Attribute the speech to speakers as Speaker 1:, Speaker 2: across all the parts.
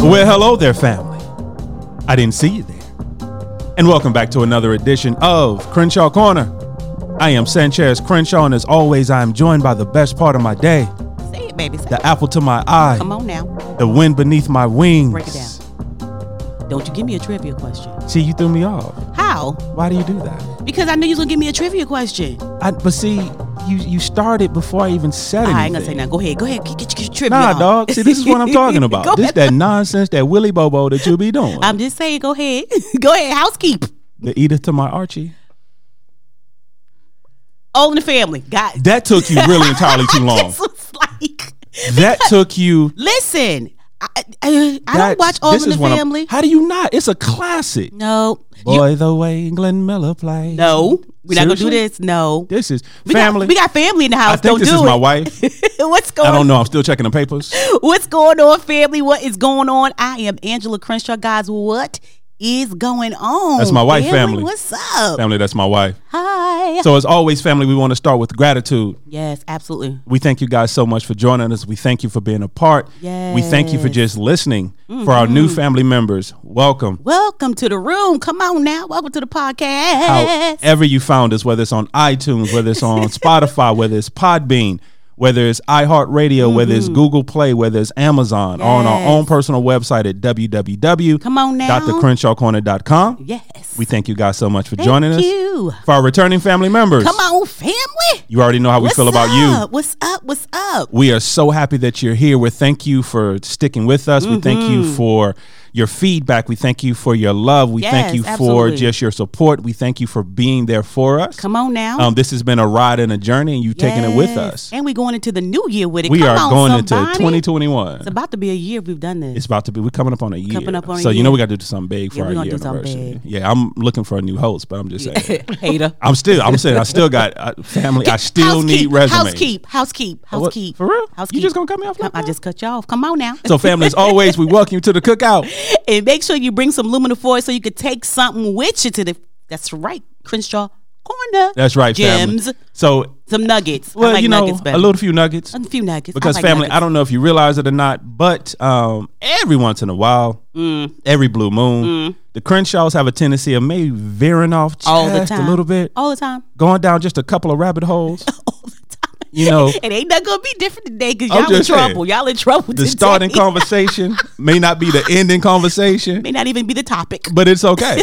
Speaker 1: Well, hello there, family. I didn't see you there. And welcome back to another edition of Crenshaw Corner. I am Sanchez Crenshaw, and as always, I am joined by the best part of my day
Speaker 2: Say it, baby. Say it.
Speaker 1: the apple to my eye,
Speaker 2: Come on now.
Speaker 1: the wind beneath my wings.
Speaker 2: Break it down. Don't you give me a trivia question.
Speaker 1: See, you threw me off.
Speaker 2: How?
Speaker 1: Why do you do that?
Speaker 2: Because I knew you was gonna give me a trivia question.
Speaker 1: I, but see, you you started before I even said anything.
Speaker 2: I ain't gonna say nothing. Go ahead. Go ahead. Get, get, get your trivia.
Speaker 1: Nah,
Speaker 2: on.
Speaker 1: dog. See, this is what I'm talking
Speaker 2: Go
Speaker 1: about. This
Speaker 2: ahead.
Speaker 1: that nonsense, that Willy Bobo that you be doing.
Speaker 2: I'm just saying. Go ahead. go ahead. Housekeep.
Speaker 1: the Edith to my Archie.
Speaker 2: All in the family. Got. it.
Speaker 1: That took you really entirely too long.
Speaker 2: This was like.
Speaker 1: That took you.
Speaker 2: Listen. I, I, I
Speaker 1: that-
Speaker 2: don't watch All
Speaker 1: this
Speaker 2: in the
Speaker 1: is one of-
Speaker 2: Family.
Speaker 1: how do you not? It's a classic.
Speaker 2: no. You,
Speaker 1: Boy, the way Glenn Miller plays.
Speaker 2: no. We're not gonna do
Speaker 1: Seriously?
Speaker 2: this. No.
Speaker 1: This is
Speaker 2: we
Speaker 1: family.
Speaker 2: Got, we got family in the house.
Speaker 1: I think
Speaker 2: don't
Speaker 1: this
Speaker 2: do
Speaker 1: is
Speaker 2: it.
Speaker 1: my wife.
Speaker 2: What's going
Speaker 1: I don't know. I'm still checking the papers.
Speaker 2: What's going on, family? What is going on? I am Angela Crenshaw. Guys, what is going on?
Speaker 1: That's my wife, family.
Speaker 2: What's up?
Speaker 1: Family, that's my wife.
Speaker 2: Hi.
Speaker 1: So, as always, family, we want to start with gratitude.
Speaker 2: yes, absolutely.
Speaker 1: We thank you guys so much for joining us. We thank you for being a part. We thank you for
Speaker 2: Yes. Mm-hmm.
Speaker 1: just listening. For our new family members, welcome.
Speaker 2: Welcome to the room. Come on now. Welcome to the podcast.
Speaker 1: However, you found us, whether it's on iTunes, whether it's on Spotify, whether it's Podbean, whether it's iHeartRadio, whether it's Google Play, whether it's Amazon, or on our
Speaker 2: Mm-hmm. Yes.
Speaker 1: own personal website at
Speaker 2: Come on now.
Speaker 1: www.drcrenshawcorner.com.
Speaker 2: yes.
Speaker 1: We thank you guys so much for
Speaker 2: Thank
Speaker 1: joining us.
Speaker 2: you.
Speaker 1: For our returning family members,
Speaker 2: Come on, family.
Speaker 1: you already know how we
Speaker 2: What's
Speaker 1: feel about you.
Speaker 2: up? What's up? What's up?
Speaker 1: We are so happy that you're here. We thank you for sticking with us. We thank
Speaker 2: Mm-hmm.
Speaker 1: you for your feedback. We thank you for your love. We thank
Speaker 2: Yes,
Speaker 1: you for
Speaker 2: absolutely.
Speaker 1: just your support. We thank you for being there for us.
Speaker 2: Come on now.
Speaker 1: Um, this has been a ride and a journey, and you've taken it with
Speaker 2: Yes.
Speaker 1: us.
Speaker 2: And we're going into the new year with it.
Speaker 1: We
Speaker 2: Come
Speaker 1: are
Speaker 2: on,
Speaker 1: going
Speaker 2: somebody.
Speaker 1: into 2021.
Speaker 2: It's about to be a year we've done this.
Speaker 1: It's about to be. We're coming up on a year.
Speaker 2: Coming up on a
Speaker 1: so you
Speaker 2: year.
Speaker 1: know we got to do something big for
Speaker 2: Yeah,
Speaker 1: our
Speaker 2: we gonna
Speaker 1: year
Speaker 2: do something
Speaker 1: anniversary.
Speaker 2: big.
Speaker 1: Yeah, I'm looking for a new host, but I'm just saying.
Speaker 2: Hater.
Speaker 1: I'm still. I'm saying I still got uh, family. I still need
Speaker 2: housekeep,
Speaker 1: resumes. Oh,
Speaker 2: Housekeep, housekeep,
Speaker 1: What?
Speaker 2: housekeep.
Speaker 1: For real?
Speaker 2: Housekeep.
Speaker 1: You just gonna cut me off
Speaker 2: No,
Speaker 1: like
Speaker 2: I
Speaker 1: that?
Speaker 2: just cut you off. Come on now.
Speaker 1: So family, as always, we welcome you to the cookout.
Speaker 2: and make sure you bring some Lumina foil so you could take something with you to the. That's right, Crenshaw Corner.
Speaker 1: That's right,
Speaker 2: Gems.
Speaker 1: family. So
Speaker 2: Some nuggets.
Speaker 1: well,
Speaker 2: I like
Speaker 1: you know,
Speaker 2: nuggets better.
Speaker 1: a little few nuggets.
Speaker 2: a few nuggets.
Speaker 1: Because
Speaker 2: I like
Speaker 1: family,
Speaker 2: nuggets.
Speaker 1: I don't know if you realize it or not, but um, every once in a while,
Speaker 2: Mm.
Speaker 1: every blue moon, the Crenshaws have a tendency of maybe veering off just
Speaker 2: all the time.
Speaker 1: a little bit,
Speaker 2: All the time.
Speaker 1: going down just a couple of rabbit holes.
Speaker 2: All the time.
Speaker 1: You know.
Speaker 2: it ain't not gonna be different today because
Speaker 1: I'm
Speaker 2: y'all in
Speaker 1: just saying.
Speaker 2: trouble. Y'all in trouble.
Speaker 1: the starting conversation may not be the ending conversation,
Speaker 2: may not even be the topic.
Speaker 1: but it's okay.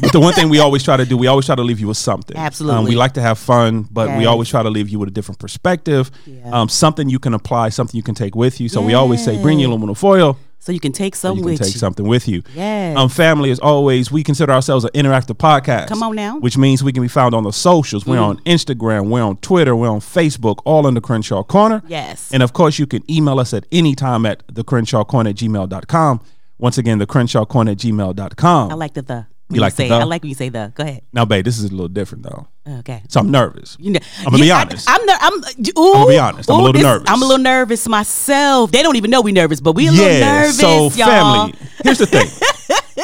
Speaker 1: but the one thing we always try to do, we always try to leave you with something. Um,
Speaker 2: Absolutely.
Speaker 1: we like to have fun, but we
Speaker 2: Yes.
Speaker 1: always try to leave you with a different perspective,
Speaker 2: Yeah.
Speaker 1: um, something you can apply, something you can take with you. So we always say, bring your aluminum foil.
Speaker 2: So you can take some
Speaker 1: Oh, you can
Speaker 2: with
Speaker 1: take
Speaker 2: you.
Speaker 1: something with you.
Speaker 2: Yes.
Speaker 1: Um, family, as always, we consider ourselves an interactive podcast.
Speaker 2: Come on now. Mm-hmm.
Speaker 1: Which means we can be found on the socials. We're on Instagram, we're on Twitter, we're on Facebook, all under Crenshaw Corner.
Speaker 2: Yes.
Speaker 1: And of course, you can email us at any time at the Crenshaw Corner at gmail.com. Once again, the Crenshaw Corner at gmail.com.
Speaker 2: I like the the. When
Speaker 1: You like the
Speaker 2: say,
Speaker 1: the?
Speaker 2: I like when you say the. Go ahead.
Speaker 1: now, babe, this is a little different though.
Speaker 2: Okay.
Speaker 1: So I'm nervous.
Speaker 2: You know,
Speaker 1: I'm gonna be
Speaker 2: yeah,
Speaker 1: honest.
Speaker 2: I, am ner- I'm, ooh,
Speaker 1: gonna be honest. I'm a
Speaker 2: ooh,
Speaker 1: little
Speaker 2: this-
Speaker 1: nervous.
Speaker 2: I'm a little nervous myself. They don't even know we nervous, but we a little
Speaker 1: yeah.
Speaker 2: nervous,
Speaker 1: so
Speaker 2: y'all.
Speaker 1: family, here's the thing.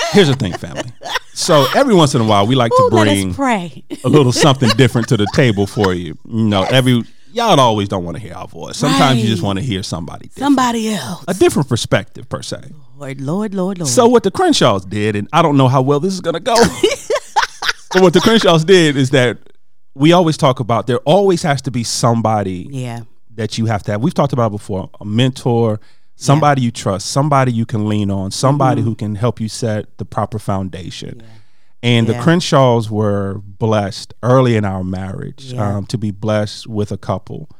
Speaker 1: here's the thing, family. So every once in a while, we like
Speaker 2: Ooh,
Speaker 1: to
Speaker 2: let
Speaker 1: bring
Speaker 2: us pray.
Speaker 1: a little something different to the table for you. You know, every y'all always don't want to hear our voice. Sometimes you just
Speaker 2: Right.
Speaker 1: want to hear somebody, different.
Speaker 2: Somebody else.
Speaker 1: a different perspective per se.
Speaker 2: Lord, Lord, Lord, Lord.
Speaker 1: So what the Crenshaws did, and I don't know how well this is gonna go, but what the Crenshaws did is that we always talk about there always has to be somebody
Speaker 2: yeah,
Speaker 1: that you have to have. We've talked about it before a mentor, somebody you trust, somebody you can lean on, somebody
Speaker 2: Mm-hmm.
Speaker 1: who can help you set the proper foundation. And the
Speaker 2: Yeah.
Speaker 1: Crenshaws were blessed early in our marriage
Speaker 2: Yeah.
Speaker 1: um, to be blessed with a couple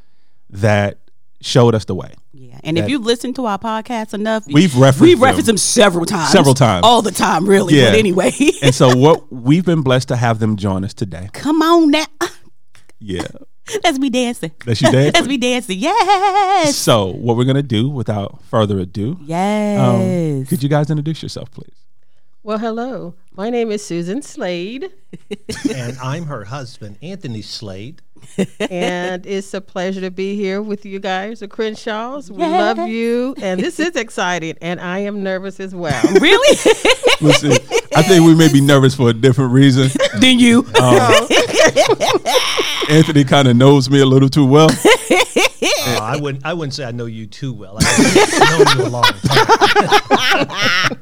Speaker 1: that showed us the way.
Speaker 2: yeah. And if you've listened to our podcast enough,
Speaker 1: We've referenced
Speaker 2: we've referenced
Speaker 1: them.
Speaker 2: them several times,
Speaker 1: Several times.
Speaker 2: all the time, really.
Speaker 1: Yeah.
Speaker 2: But anyway,
Speaker 1: and so, what we've been blessed to have them join us today.
Speaker 2: come on now.
Speaker 1: Yeah.
Speaker 2: Let's be dancing.
Speaker 1: That's you, Dad.
Speaker 2: Let's be dancing. Yes,
Speaker 1: so, what we're going to do without further ado, um,
Speaker 2: yes.
Speaker 1: could you guys introduce yourself, please?
Speaker 3: Well, hello. My name is Susan Slade,
Speaker 4: and I'm her husband, Anthony Slade.
Speaker 3: and it's a pleasure to be here with you guys, the Crenshaws. We love you, and this is exciting, and I am nervous as well.
Speaker 2: really?
Speaker 1: Listen, I think we may be nervous for a different reason.
Speaker 2: then you.
Speaker 1: Anthony kind of knows me a little too well.
Speaker 4: Uh, I wouldn't. I wouldn't say I know you too well. I've known you a long time.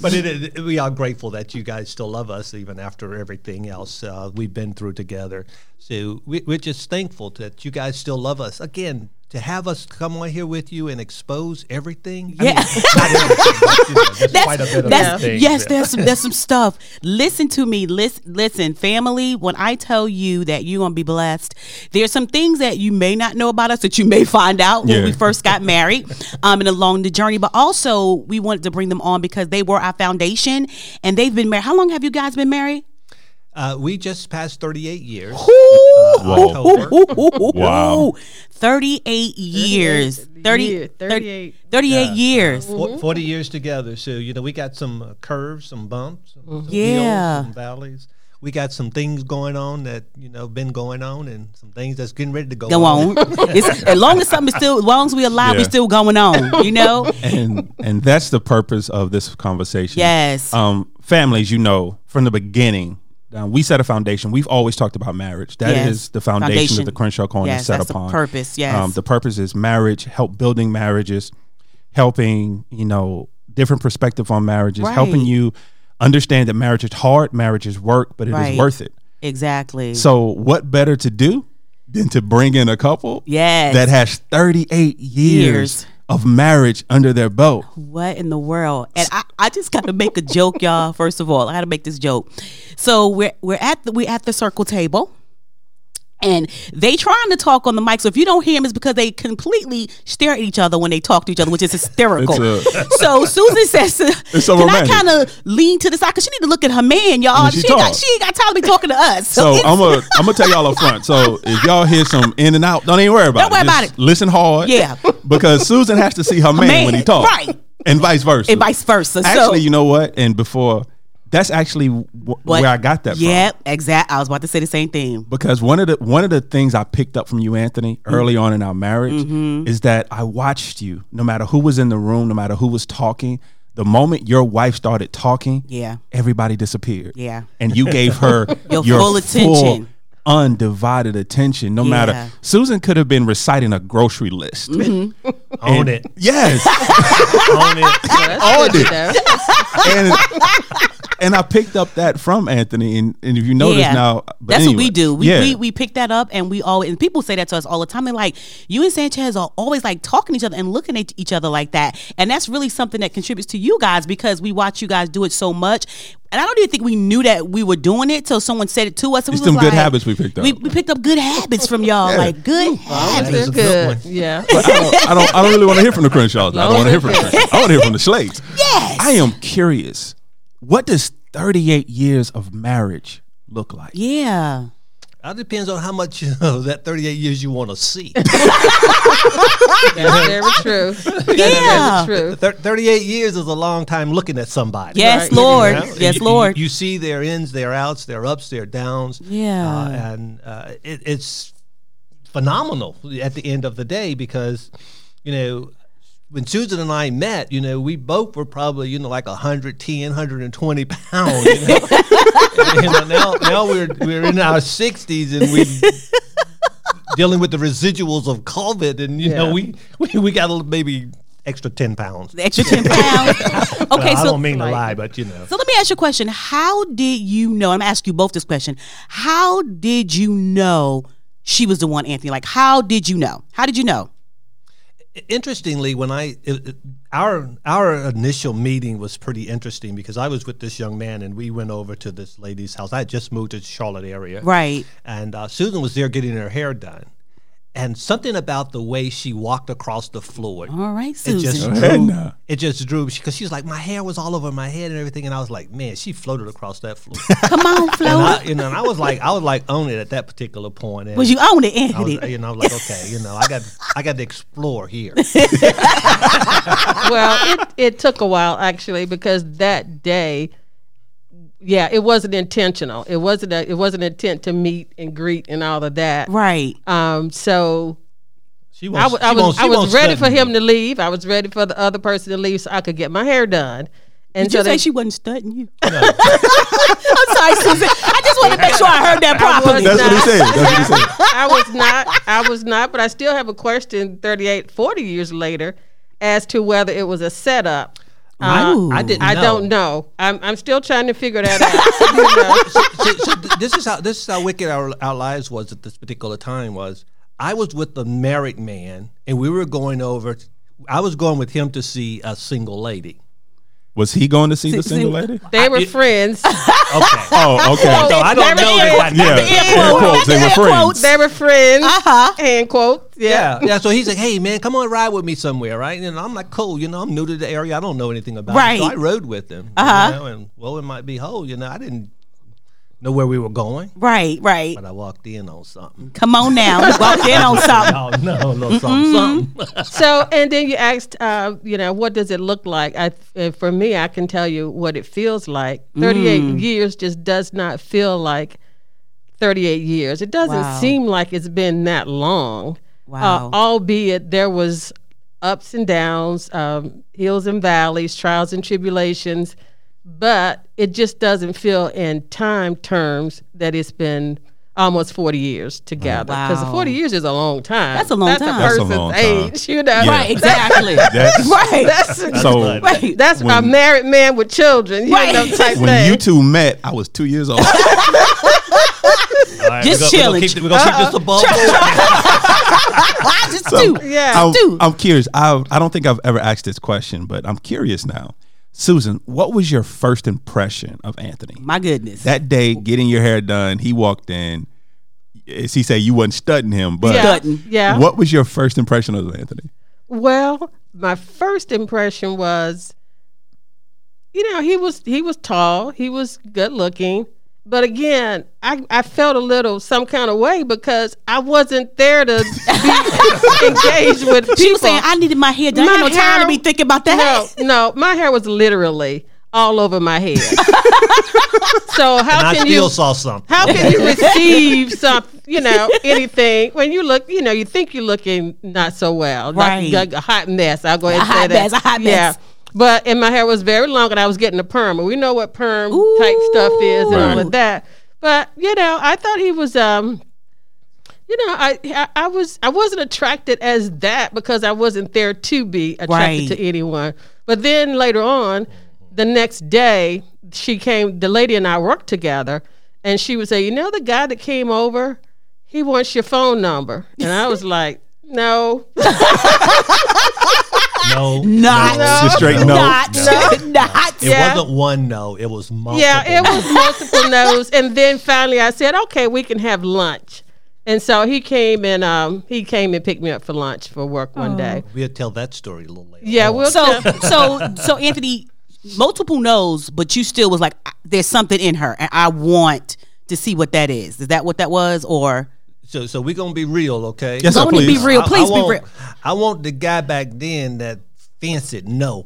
Speaker 4: but it, it- we are grateful that you guys still love us even after everything else uh, we've been through together. So we, we're just thankful that you guys still love us. Again, to have us come on here with you and expose everything. I mean,
Speaker 2: Yeah.
Speaker 4: not everything, but, you know, just quite a bit of
Speaker 2: That's,
Speaker 4: things.
Speaker 2: yes,
Speaker 4: Yeah.
Speaker 2: there's some, there's some stuff. Listen to me. Listen, listen, family. When I tell you that you're gonna be blessed, there's some things that you may not know about us that you may find out when
Speaker 1: Yeah.
Speaker 2: we first got married, um, and along the journey. But also, we wanted to bring them on because they were our foundation, and they've been married. How long have you guys been married?
Speaker 4: Uh, we just passed 38 years.
Speaker 2: Ooh, ooh,
Speaker 4: October.
Speaker 2: ooh, ooh, ooh,
Speaker 1: Wow.
Speaker 2: ooh. 38 years. 30,
Speaker 3: year,
Speaker 2: 38.
Speaker 3: 38.
Speaker 2: 38 years.
Speaker 4: Fo- 40 years together. So, you know, we got some uh, curves, some bumps, some, some
Speaker 2: Yeah.
Speaker 4: hills, some valleys. We got some things going on that, you know, been going on and some things that's getting ready to go,
Speaker 2: Go on. It's, as long as something is still, as long as we're alive,
Speaker 1: Yeah.
Speaker 2: we're still going on, you know?
Speaker 1: and and that's the purpose of this conversation.
Speaker 2: Yes.
Speaker 1: Um, families, you know, from the beginning, um, we set a foundation. We've always talked about marriage. That is
Speaker 2: Yes.
Speaker 1: the foundation,
Speaker 2: Foundation.
Speaker 1: that the Crenshaw Corner
Speaker 2: Yes,
Speaker 1: is set
Speaker 2: that's the
Speaker 1: upon. Um,
Speaker 2: purpose, yes.
Speaker 1: the purpose is marriage, help building marriages, helping you know different perspective on marriages, helping
Speaker 2: Right.
Speaker 1: you understand that marriage is hard, marriage is work, but it is
Speaker 2: Right.
Speaker 1: worth it.
Speaker 2: exactly.
Speaker 1: So, what better to do than to bring in a couple
Speaker 2: Yes.
Speaker 1: that has 38 years,
Speaker 2: Years.
Speaker 1: of marriage under their belt?
Speaker 2: what in the world? And I, I just gotta make a joke, y'all. First of all, I gotta make this joke. So we're we're at the we're at the circle table. And they trying to talk on the mic. So if you don't hear them, it's because they completely stare at each other when they talk to each other, which is hysterical.
Speaker 1: It's a-
Speaker 2: so Susan says, to-
Speaker 1: It's so
Speaker 2: "Can I
Speaker 1: romantic.
Speaker 2: kind of lean to the side? Cause she need to look at her man, y'all.
Speaker 1: When she
Speaker 2: She, got,
Speaker 1: talks.
Speaker 2: she ain't got time to be talking to us.
Speaker 1: So
Speaker 2: it's-
Speaker 1: I'm gonna I'm gonna tell y'all up front. So if y'all hear some in and out, don't even worry about
Speaker 2: Don't worry
Speaker 1: it. Just
Speaker 2: about it.
Speaker 1: Listen hard.
Speaker 2: Yeah.
Speaker 1: Because Susan has to see her man,
Speaker 2: man,
Speaker 1: when he talks.
Speaker 2: right.
Speaker 1: And vice versa.
Speaker 2: and vice versa.
Speaker 1: Actually,
Speaker 2: so,
Speaker 1: you know what? And before that's actually wh-
Speaker 2: What-
Speaker 1: where I got that from.
Speaker 2: Yep, exact. I was about to say the same thing.
Speaker 1: because one of the one of the things I picked up from you, Anthony,
Speaker 2: Mm-hmm.
Speaker 1: early on in our marriage, is that I watched you. No matter who was in the room, no matter who was talking, the moment your wife started talking,
Speaker 2: Yeah.
Speaker 1: everybody disappeared.
Speaker 2: Yeah.
Speaker 1: and you gave her your,
Speaker 2: Your full attention.
Speaker 1: undivided attention. No
Speaker 2: Yeah. Mm-hmm.
Speaker 1: matter Susan could have been reciting a grocery list.
Speaker 4: Own it.
Speaker 1: Yes,
Speaker 4: Own it.
Speaker 3: Well, that's
Speaker 1: Owned
Speaker 3: good
Speaker 1: it.
Speaker 3: stuff.
Speaker 1: and and I picked up that from Anthony. And, and if you notice Oh, now, but
Speaker 2: that's what
Speaker 1: anyway.
Speaker 2: we do. We,
Speaker 1: Yeah.
Speaker 2: we we pick that up, and we always and people say that to us all the time. They're like, you and Sanchez are always like talking to each other and looking at each other like that, and that's really something that contributes to you guys because we watch you guys do it so much. And I don't even think we knew that we were doing it till someone said it to us. And
Speaker 1: It's
Speaker 2: we
Speaker 1: them
Speaker 2: was
Speaker 1: good
Speaker 2: like-
Speaker 1: habits we picked up.
Speaker 2: We, we picked up good habits from y'all, like good habits.
Speaker 4: That
Speaker 3: They're
Speaker 4: is a good
Speaker 3: good.
Speaker 4: one.
Speaker 3: Yeah.
Speaker 1: But I don't, I don't. I don't really want to hear from the Crenshaws. I don't want to hear from the Crenshaws. I want to hear from the Slades.
Speaker 2: Yes.
Speaker 1: I am curious. What does 38 years of marriage look like?
Speaker 2: Yeah.
Speaker 4: It depends on how much you know, that 38 years you want to see.
Speaker 3: That's very true. That's
Speaker 2: Yeah.
Speaker 3: very true.
Speaker 4: Thir- 38 years is a long time looking at somebody.
Speaker 2: Yes,
Speaker 3: Right.
Speaker 2: Lord.
Speaker 4: You know?
Speaker 2: Yes,
Speaker 4: You- you-
Speaker 2: Lord.
Speaker 4: You, see their ins, their outs, their ups, their downs.
Speaker 2: Yeah.
Speaker 4: Uh, and uh, it, it's phenomenal at the end of the day because, you know, when Susan and I met, you know, we both were probably, you know, like 110, 120 pounds. You know? And, you know, now, now we're, we're in our 60s and we dealing with the residuals of COVID, and you know
Speaker 3: Yeah.
Speaker 4: we, we we got a, little- maybe extra ten pounds.
Speaker 2: The extra ten pounds. Okay,
Speaker 4: Well, I
Speaker 2: so
Speaker 4: don't mean to
Speaker 3: Right.
Speaker 4: lie, but you know,
Speaker 2: So let me ask you a question. How did you know? I'm gonna ask you both this question. How did you know she was the one, Anthony? Like, how did you know? How did you know?
Speaker 4: interestingly, when I it, it- our our initial meeting was pretty interesting because I was with this young man, and we went over to this lady's house. I had just moved to the Charlotte area,
Speaker 2: Right.
Speaker 4: and uh, Susan was there getting her hair done, and something about the way she walked across the floor.
Speaker 2: All right,
Speaker 4: It just
Speaker 2: Oh, Susan.
Speaker 4: drew.
Speaker 1: nah.
Speaker 4: It just drew because she was like, my hair was all over my head and everything, and I was like, man, she floated across that floor.
Speaker 2: Come on,
Speaker 4: and
Speaker 2: Flo.
Speaker 4: I, you know, and I was like, I was like on it at that particular point. And
Speaker 2: Was you own it,
Speaker 4: I was,
Speaker 2: Anthony?
Speaker 4: you know, I was like, okay, you know, I got, I got to explore here.
Speaker 3: well, it, it took a while actually because that day, yeah, it wasn't intentional. It wasn't a, it wasn't intent to meet and greet and all of that.
Speaker 2: right.
Speaker 3: Um, so
Speaker 4: She
Speaker 3: I,
Speaker 4: wants,
Speaker 3: w- I
Speaker 4: she
Speaker 3: was
Speaker 4: wants,
Speaker 3: I
Speaker 4: she
Speaker 3: was
Speaker 4: wants
Speaker 3: ready for
Speaker 4: nothing.
Speaker 3: him to leave. I was ready for the other person to leave so I could get my hair done. And
Speaker 2: Did
Speaker 3: so
Speaker 2: you say
Speaker 3: they,
Speaker 2: she wasn't stunting you? I'm sorry, Susan. I just want to make sure I heard that properly.
Speaker 1: That's what he said. That's what he said.
Speaker 3: I was not. I was not. But I still have a question 38, 40 years later as to whether it was a setup. Uh,
Speaker 2: Ooh.
Speaker 4: I, I didn't.
Speaker 3: I
Speaker 4: know.
Speaker 3: don't know. I'm, I'm still trying to figure that out. You know?
Speaker 4: so, so th- this is how this is how wicked our, our lives was at this particular time was. I was with the married man, and we were going over. I was going with him to see a single lady.
Speaker 1: Was he going to see the
Speaker 2: See-
Speaker 1: single
Speaker 2: see-
Speaker 1: lady?
Speaker 3: They were friends.
Speaker 4: Okay.
Speaker 1: Oh, okay.
Speaker 4: So I don't
Speaker 2: There
Speaker 4: know
Speaker 2: it
Speaker 4: that.
Speaker 2: is.
Speaker 4: I-
Speaker 1: yeah,
Speaker 2: The air
Speaker 1: air
Speaker 2: quotes.
Speaker 1: quotes. They were
Speaker 2: Air
Speaker 1: friends.
Speaker 2: quotes.
Speaker 3: They were friends.
Speaker 2: Uh-huh.
Speaker 3: Hand quote.
Speaker 4: Yeah,
Speaker 3: Yeah.
Speaker 4: yeah. So he's like, "Hey, man, come on, ride with me somewhere, right?" And I'm like, "Cool, you know, I'm new to the area. I don't know anything about it." So
Speaker 2: Right.
Speaker 4: I rode with him,
Speaker 2: Uh-huh.
Speaker 4: you know, and well, it might be whole, you know. I didn't know where we were going,
Speaker 2: Right, right.
Speaker 4: but I walked in on something.
Speaker 2: Come on now. You walked in on something.
Speaker 4: Oh no, no,
Speaker 3: Mm-hmm.
Speaker 4: something, something.
Speaker 3: So, and then you asked, uh, you know, what does it look like? I, uh, for me, I can tell you what it feels like. 38
Speaker 2: Mm.
Speaker 3: years just does not feel like 38 years. It doesn't
Speaker 2: Wow.
Speaker 3: seem like it's been that long.
Speaker 2: Wow.
Speaker 3: Uh, albeit there was ups and downs, um, hills and valleys, trials and tribulations, but it just doesn't feel in time terms that it's been almost 40 years together. Because
Speaker 2: Wow.
Speaker 3: 40 years is a long time.
Speaker 2: That's a long time.
Speaker 1: That's a
Speaker 3: That's a person's
Speaker 1: long time.
Speaker 3: age, you know.
Speaker 1: Yeah.
Speaker 2: Right, exactly.
Speaker 1: That's-
Speaker 2: right.
Speaker 3: That's
Speaker 1: So
Speaker 2: right.
Speaker 3: that's a
Speaker 1: When-
Speaker 3: married man with children, you
Speaker 2: Right.
Speaker 3: know, type
Speaker 1: when
Speaker 3: thing.
Speaker 1: you two met, I was two years old.
Speaker 4: All right,
Speaker 2: Just
Speaker 4: we're gonna-
Speaker 2: chilling.
Speaker 4: We're gonna keep, we're gonna keep this above. board.
Speaker 2: I just
Speaker 1: So,
Speaker 2: do.
Speaker 3: Yeah.
Speaker 1: I'm,
Speaker 2: Uh-uh. Dude.
Speaker 1: I'm curious. I I don't think I've ever asked this question, but I'm curious now. Susan, what was your first impression of Anthony?
Speaker 2: My goodness.
Speaker 1: That day, getting your hair done, he walked in. As he said, you wasn't studying him, but
Speaker 3: yeah.
Speaker 2: Dutton.
Speaker 3: yeah.
Speaker 1: what was your first impression of Anthony?
Speaker 3: Well, my first impression was, you know, he was he was tall, he was good looking, but again, I I felt a little some kind of way because I wasn't there to be engaged with people.
Speaker 2: she was saying, I needed my hair done. I ain't
Speaker 3: My
Speaker 2: no time to
Speaker 3: hair-
Speaker 2: be thinking about that.
Speaker 3: no, no, my hair was literally all over my head. so
Speaker 4: And
Speaker 3: how
Speaker 4: I
Speaker 3: can
Speaker 4: still
Speaker 3: you?
Speaker 4: saw something.
Speaker 3: How can you receive some, you know, anything when you look, you know, you think you're looking not so well,
Speaker 2: Right.
Speaker 3: like, like a hot mess. I'll go ahead
Speaker 2: A
Speaker 3: and say
Speaker 2: hot
Speaker 3: that.
Speaker 2: mess, a hot mess.
Speaker 3: But and my hair was very long, and I was getting a perm. And we know what perm type stuff is and all
Speaker 1: Right.
Speaker 3: of that. But you know, I thought he was. um you know, I, I I was I wasn't attracted as that because I wasn't there to be attracted
Speaker 2: Right.
Speaker 3: to anyone. But then later on, the next day, she came. The lady and I worked together, and she would say, "You know, the guy that came over, he wants your phone number," and I was like. No,
Speaker 4: No,
Speaker 2: Not.
Speaker 4: no,
Speaker 1: Just straight no.
Speaker 2: Not. Not.
Speaker 4: It
Speaker 3: Yeah.
Speaker 4: wasn't one no. It was multiple.
Speaker 3: yeah, it
Speaker 4: no's.
Speaker 3: was multiple no's, and then finally I said, "Okay, we can have lunch." And so he came and um, he came and picked me up for lunch for work one day.
Speaker 4: We'll tell that story a little later.
Speaker 3: Yeah,
Speaker 4: on.
Speaker 3: we'll
Speaker 2: So, so, so, Anthony, multiple no's, but you still was like, "I- there's something in her, and I want to see what that is. Is that what that was, or
Speaker 4: so so we're gonna be real, okay?
Speaker 1: Yes, sir,
Speaker 2: Only be
Speaker 1: please.
Speaker 2: real,
Speaker 4: I- I
Speaker 2: please be
Speaker 4: want-
Speaker 2: real.
Speaker 4: I want the guy back then that fancied no.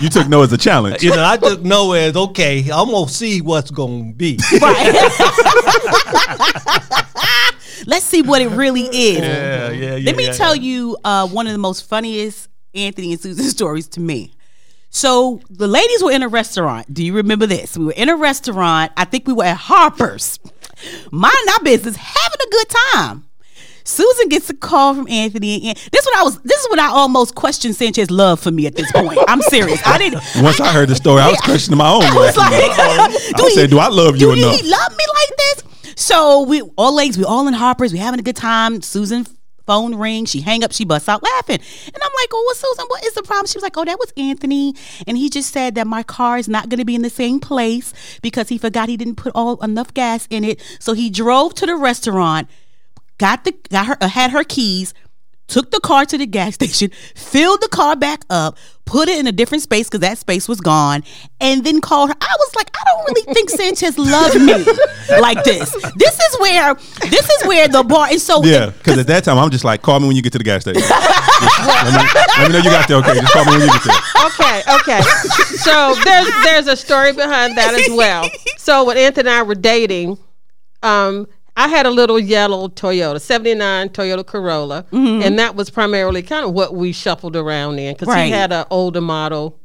Speaker 1: You took no as a challenge.
Speaker 4: You know, I took no as okay. I'm gonna see what's gonna be.
Speaker 2: Right. Let's see what it really is.
Speaker 4: yeah, yeah.
Speaker 2: Let me tell you uh, one of the most funniest Anthony and Susan stories to me. So the ladies were in a restaurant. Do you remember this? We were in a restaurant. I think we were at Harper's. Mind our business, having a good time. Susan gets a call from Anthony. And this is what I was. This is what I almost questioned Sanchez' love for me at this point. I'm serious. I didn't.
Speaker 1: Once I heard the story, I was questioning my own.
Speaker 2: I was
Speaker 1: life.
Speaker 2: like,
Speaker 1: I said, "Do I love you
Speaker 2: do
Speaker 1: enough?"
Speaker 2: he love me like this? So we all ladies, we all in Harper's, we having a good time. Susan phone rings, she hang up, she busts out laughing. And I'm like, oh, well, Susan, what is the problem? She was like, oh, that was Anthony. And he just said that my car is not going to be in the same place because he forgot he didn't put all enough gas in it. So he drove to the restaurant, got the got her uh, had her keys, took the car to the gas station, filled the car back up, put it in a different space because that space was gone, and then called her. I was like, I don't really think Sanchez loved me like this. This is where this is where the bar and so
Speaker 1: Yeah, because at that time I'm just like, call me when you get to the gas station. Just let, me, let me know you got there. Okay, just call me when you get there.
Speaker 3: okay, okay. So there's there's a story behind that as well. So when Anthony and I were dating, um, I had a little yellow Toyota, seventy nine Toyota Corolla, and that was primarily kind of what we shuffled around in because
Speaker 2: Right.
Speaker 3: he
Speaker 2: Uh-huh.
Speaker 3: had an older model,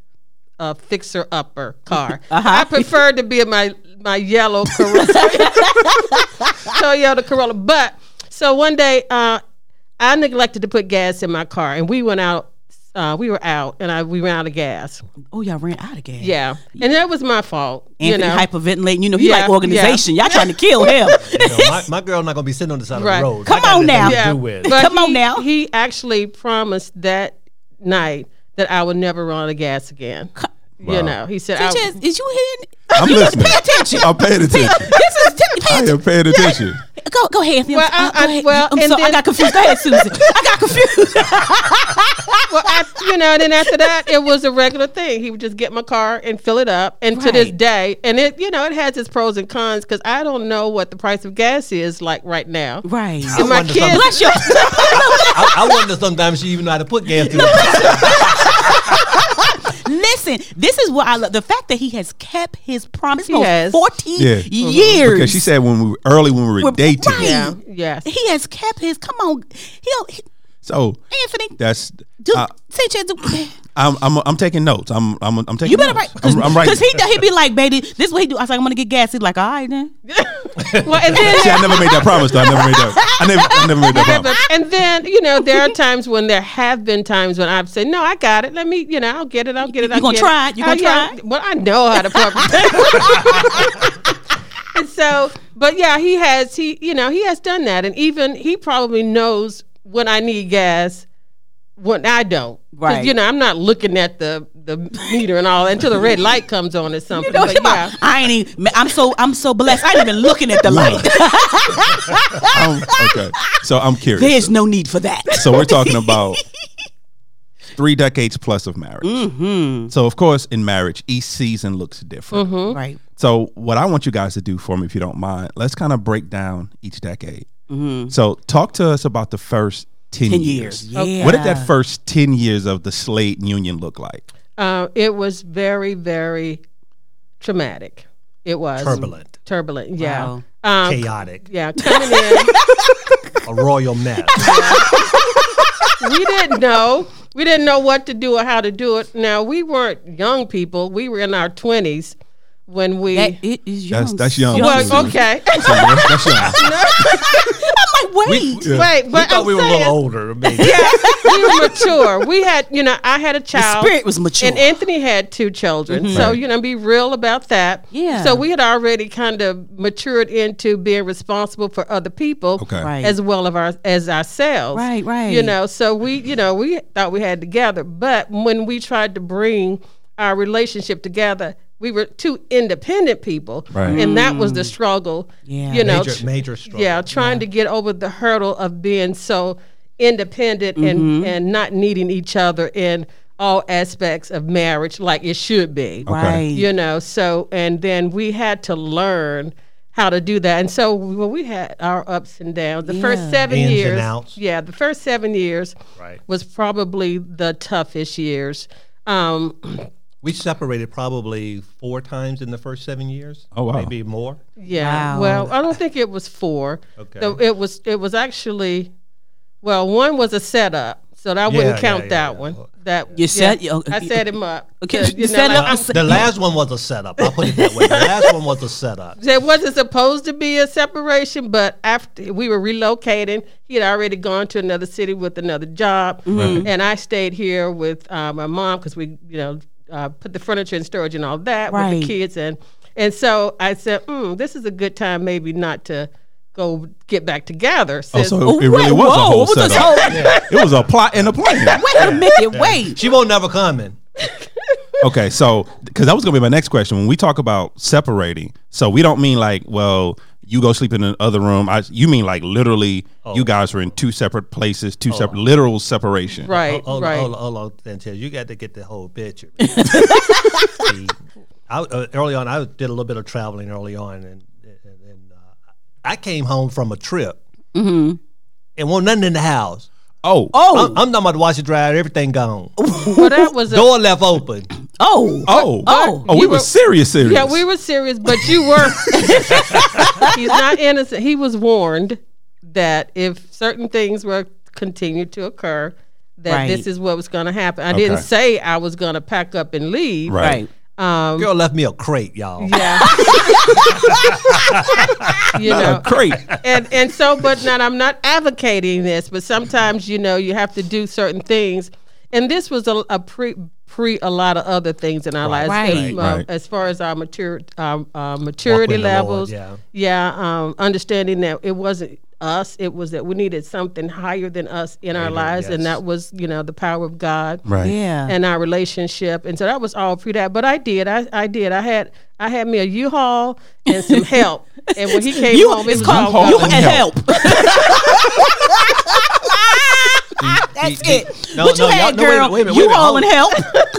Speaker 3: uh, fixer upper car. I preferred to be in my my yellow Corolla, Toyota Corolla. But so one day, uh, I neglected to put gas in my car, and we went out. Uh, we were out, and I we ran out of gas.
Speaker 2: Oh, y'all ran out of gas.
Speaker 3: Yeah, and that was my fault.
Speaker 2: Anthony
Speaker 3: you know,
Speaker 2: hyperventilating. You know, he
Speaker 3: Yeah,
Speaker 2: like organization. Y'all trying to kill him.
Speaker 4: You know, my, my girl not gonna be sitting on the side
Speaker 3: Right.
Speaker 4: of the road.
Speaker 2: Come
Speaker 4: I got
Speaker 2: on
Speaker 4: nothing
Speaker 2: now.
Speaker 4: to
Speaker 2: Yeah.
Speaker 4: do with.
Speaker 3: but
Speaker 2: Come on
Speaker 3: he-
Speaker 2: now.
Speaker 3: He actually promised that night that I would never run out of gas again.
Speaker 1: Wow.
Speaker 3: You know, he said, I,
Speaker 2: Just, is you hearing?
Speaker 1: I'm
Speaker 2: you
Speaker 1: listening.
Speaker 2: Pay attention.
Speaker 1: I'm paying attention.
Speaker 2: this is
Speaker 1: I am paying attention.
Speaker 2: Go, go ahead, Anthony.
Speaker 3: Well,
Speaker 2: I'm,
Speaker 3: I- I-
Speaker 2: go ahead.
Speaker 3: well,
Speaker 2: I'm
Speaker 3: and
Speaker 2: sorry, I
Speaker 3: then-
Speaker 2: got confused. Go ahead, Susan. I got confused.
Speaker 3: well, I, you know, and then after that, it was a regular thing. He would just get my car and fill it up. And to this
Speaker 2: Right.
Speaker 3: day, and it, you know, it has its pros and cons because I don't know what the price of gas is like right now.
Speaker 2: right.
Speaker 4: I
Speaker 3: my
Speaker 4: wonder
Speaker 3: kids-
Speaker 4: sometimes-
Speaker 2: Bless your.
Speaker 4: I, I wonder sometimes she even know how to put gas through. it.
Speaker 2: Listen, this is what I love. The fact that he has kept his promise. He
Speaker 3: has.
Speaker 2: 14
Speaker 1: Yeah.
Speaker 2: years.
Speaker 1: Because she said when we were early when we were
Speaker 2: We're-
Speaker 1: dating.
Speaker 2: right.
Speaker 3: Yeah, yes.
Speaker 2: he has kept his. Come on. He'll, he,
Speaker 1: So
Speaker 2: Anthony.
Speaker 1: that's
Speaker 2: do,
Speaker 1: I,
Speaker 2: say, Chad, do-
Speaker 1: I'm, I'm I'm taking notes. I'm I'm I'm taking
Speaker 2: You better write
Speaker 1: notes.
Speaker 2: because
Speaker 1: I'm, I'm writing.
Speaker 2: he he'd be like, baby, this is what he do. I was like, I'm gonna get gas. He's like, all right then.
Speaker 3: Well, and then
Speaker 1: See, I never made that promise though. I never made that. I never I never made that
Speaker 3: Yeah,
Speaker 1: promise.
Speaker 3: but- and then you know there are times when there have been times when I've said no, I got it. Let me, you know, I'll get it. I'll get it. I'll
Speaker 2: You gonna
Speaker 3: get
Speaker 2: try it? You
Speaker 3: I'll-
Speaker 2: gonna try
Speaker 3: yeah,
Speaker 2: it?
Speaker 3: Well, I know how to proper. and so, but yeah, he has. He, you know, he has done that, and even he probably knows when I need gas. When I don't, 'Cause,
Speaker 2: Right.
Speaker 3: You know, I'm not looking at the the meter and all until the red light comes on or something.
Speaker 2: No,
Speaker 3: but
Speaker 2: come on.
Speaker 3: yeah.
Speaker 2: I ain't even. man, I'm so I'm so blessed. I ain't even looking at the light.
Speaker 1: Um, okay. So I'm curious.
Speaker 2: There's no need for that.
Speaker 1: So we're talking about three decades plus of marriage.
Speaker 2: Mm-hmm.
Speaker 1: So of course, in marriage, each season looks different.
Speaker 2: Right.
Speaker 1: So what I want you guys to do for me, if you don't mind, let's kind of break down each decade. So talk to us about the first ten,
Speaker 2: Mm-hmm. Ten
Speaker 1: years.
Speaker 2: years. Yeah.
Speaker 1: What did that first ten years of the Slade Union look like?
Speaker 3: Uh, it was very, very traumatic. It was
Speaker 4: Turbulent,
Speaker 3: Turbulent, yeah. Um,
Speaker 4: chaotic,
Speaker 3: yeah, coming in.
Speaker 4: a royal mess.
Speaker 3: we didn't know. We didn't know what to do or how to do it. Now we weren't young people. We were in our twenties when we.
Speaker 2: That it is young.
Speaker 1: That's- that's young.
Speaker 2: I'm
Speaker 1: Well,
Speaker 3: well, okay.
Speaker 1: So that's- that's young.
Speaker 2: like, wait.
Speaker 1: Yeah.
Speaker 3: Wait,
Speaker 4: We
Speaker 3: but
Speaker 4: thought
Speaker 3: I'm
Speaker 4: we were a
Speaker 3: saying,
Speaker 4: little older. Maybe.
Speaker 3: we were mature. We had, you know, I had a
Speaker 2: the
Speaker 3: child.
Speaker 2: spirit was mature.
Speaker 3: And Anthony had two children.
Speaker 1: Mm-hmm.
Speaker 3: So, you know, be real about that.
Speaker 2: Yeah.
Speaker 3: So we had already kind of matured into being responsible for other people
Speaker 1: Okay.
Speaker 2: Right.
Speaker 3: as well of our as ourselves.
Speaker 2: Right, right.
Speaker 3: You know, so we, you know, we thought we had together. But when we tried to bring our relationship together, we were two independent people.
Speaker 1: Right.
Speaker 3: And that was the struggle.
Speaker 2: Mm. Yeah.
Speaker 3: You know,
Speaker 4: Major,
Speaker 3: tr-
Speaker 4: major struggle.
Speaker 3: yeah, trying to get over the hurdle of being so independent
Speaker 4: Mm-hmm.
Speaker 3: and and not needing each other in all aspects of marriage like it should be.
Speaker 2: Right.
Speaker 3: You know, so and then we had to learn how to do that. And so well, we had our ups and downs. The first
Speaker 2: Yeah.
Speaker 3: 7
Speaker 4: Ins and
Speaker 3: years.
Speaker 4: outs.
Speaker 3: Yeah, the first 7 years
Speaker 4: Right.
Speaker 3: was probably the toughest years. Um
Speaker 4: We separated probably four times in the first seven years.
Speaker 1: Oh, wow.
Speaker 4: Maybe more.
Speaker 3: Yeah.
Speaker 2: Wow.
Speaker 3: Well, I don't think it was four.
Speaker 4: Okay.
Speaker 3: So it was it was actually well, one was a setup. So that I wouldn't
Speaker 4: Yeah,
Speaker 3: count
Speaker 4: yeah,
Speaker 3: that
Speaker 4: yeah.
Speaker 3: one. That
Speaker 2: You set- you-
Speaker 3: I set him up.
Speaker 2: Okay,
Speaker 3: So,
Speaker 2: you set up-
Speaker 3: I'm-
Speaker 2: I
Speaker 4: The last one was a setup. I'll put it that way. The last one was a setup.
Speaker 3: there wasn't supposed to be a separation, but after we were relocating, he had already gone to another city with another job,
Speaker 4: Mm-hmm.
Speaker 3: and I stayed here with uh, my mom because we, you know, uh, put the furniture in storage and all that with
Speaker 2: Right.
Speaker 3: the kids, and and so I said, mm, this is a good time maybe not to go get back together.
Speaker 1: Oh,
Speaker 3: Since,
Speaker 1: so it, it really
Speaker 2: Wait,
Speaker 1: was a
Speaker 2: whoa,
Speaker 1: whole
Speaker 2: it was a
Speaker 1: setup.
Speaker 2: whole-
Speaker 1: It was a plot and a plan.
Speaker 2: Wait a minute. Wait.
Speaker 4: She won't never come in.
Speaker 1: Okay, so because that was gonna be my next question. When we talk about separating, so we don't mean like, well, you go sleep in another room. I, you mean like literally, you guys were in two separate places, two separate literal separation.
Speaker 3: right,
Speaker 4: Hold on,
Speaker 3: right.
Speaker 4: hold on, hold on, Sanchez. You got to get the whole picture. See, I, uh, early on, I did a little bit of traveling early on, and and, and uh, I came home from a trip,
Speaker 3: Mm-hmm.
Speaker 4: and was nothing in the house.
Speaker 1: Oh,
Speaker 4: I,
Speaker 2: Oh.
Speaker 4: am not about to wash the dryer. Everything gone.
Speaker 3: Well, that was a,
Speaker 4: Door left open.
Speaker 2: Oh.
Speaker 4: uh,
Speaker 1: oh,
Speaker 2: Oh.
Speaker 1: oh, we
Speaker 3: You
Speaker 1: were
Speaker 3: were-
Speaker 1: serious, serious.
Speaker 3: yeah, we were serious, but you were. He's not innocent. He was warned that if certain things were continued to occur, that
Speaker 2: Right.
Speaker 3: this is what was going to happen. I didn't
Speaker 1: Okay.
Speaker 3: say I was going to pack up and leave.
Speaker 1: Right.
Speaker 2: Right.
Speaker 3: Um,
Speaker 4: Girl left me a crate, y'all.
Speaker 3: yeah. you
Speaker 4: uh,
Speaker 3: know,
Speaker 1: Uh, Great.
Speaker 3: and and so but not I'm not advocating this, but sometimes you know you have to do certain things, and this was a, a pre pre a lot of other things in our lives,
Speaker 2: Right.
Speaker 3: as,
Speaker 2: Right,
Speaker 3: well,
Speaker 1: right.
Speaker 3: as far as our mature um, uh, maturity
Speaker 4: the Lord,
Speaker 3: levels,
Speaker 4: yeah.
Speaker 3: yeah, um, understanding that it wasn't us, it was that we needed something higher than us in our lives,
Speaker 4: yes.
Speaker 3: and that was you know the power of God,
Speaker 1: Right.
Speaker 2: Yeah.
Speaker 3: and our relationship. And so that was all pre that. But I did. I, I did. I had I had me a U-Haul and some help. And when he came
Speaker 2: you,
Speaker 3: home, it
Speaker 2: it's
Speaker 3: was
Speaker 2: called
Speaker 3: all
Speaker 2: you
Speaker 1: and
Speaker 2: and
Speaker 1: help.
Speaker 2: help. That's
Speaker 4: he-
Speaker 2: it.
Speaker 4: no,
Speaker 2: what you
Speaker 4: no, y'all-
Speaker 2: had,
Speaker 4: no, wait a
Speaker 2: girl?
Speaker 4: minute, wait a minute, wait a
Speaker 2: you
Speaker 4: minute,
Speaker 2: all
Speaker 4: hold-
Speaker 2: and help.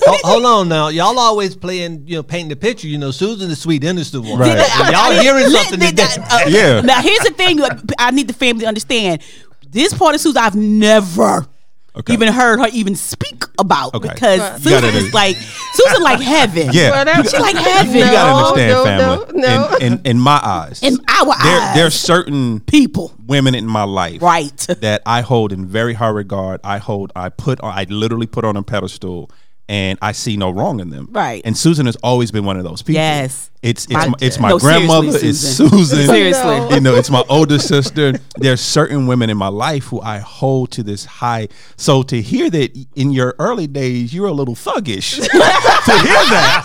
Speaker 4: Ho- hold on now, y'all always playing, you know, painting the picture. You know, Susan the sweet innocent one.
Speaker 1: Right.
Speaker 4: And y'all hearing something
Speaker 2: Did
Speaker 4: today?
Speaker 2: that- uh,
Speaker 1: Yeah.
Speaker 2: Now here's the thing. I need the family to understand. This part of Susan, I've never.
Speaker 1: Okay.
Speaker 2: Even heard her even speak about
Speaker 1: Okay.
Speaker 2: because
Speaker 1: Right. You gotta
Speaker 2: Susan
Speaker 1: do-
Speaker 2: is like Susan like heaven.
Speaker 1: Yeah.
Speaker 3: Well, that-
Speaker 2: She like
Speaker 1: You
Speaker 2: heaven.
Speaker 1: gotta
Speaker 3: No,
Speaker 1: understand,
Speaker 3: no,
Speaker 1: family.
Speaker 3: no, no.
Speaker 1: In, in, in my eyes,
Speaker 2: In our
Speaker 1: there,
Speaker 2: eyes.
Speaker 1: there are certain
Speaker 2: people.
Speaker 1: women in my life,
Speaker 2: Right.
Speaker 1: that I hold in very high regard. I hold, I put, on, I literally put on a pedestal, and I see no wrong in them.
Speaker 2: Right.
Speaker 1: And Susan has always been one of those people.
Speaker 2: Yes.
Speaker 1: It's it's
Speaker 2: My-
Speaker 1: my, it's my
Speaker 2: No, seriously,
Speaker 1: grandmother. It's
Speaker 2: Susan.
Speaker 1: Susan.
Speaker 2: Seriously.
Speaker 1: you know, it's my older sister. There's certain women in my life who I hold to this high. So to hear that in your early days, you're a little thuggish. to hear that,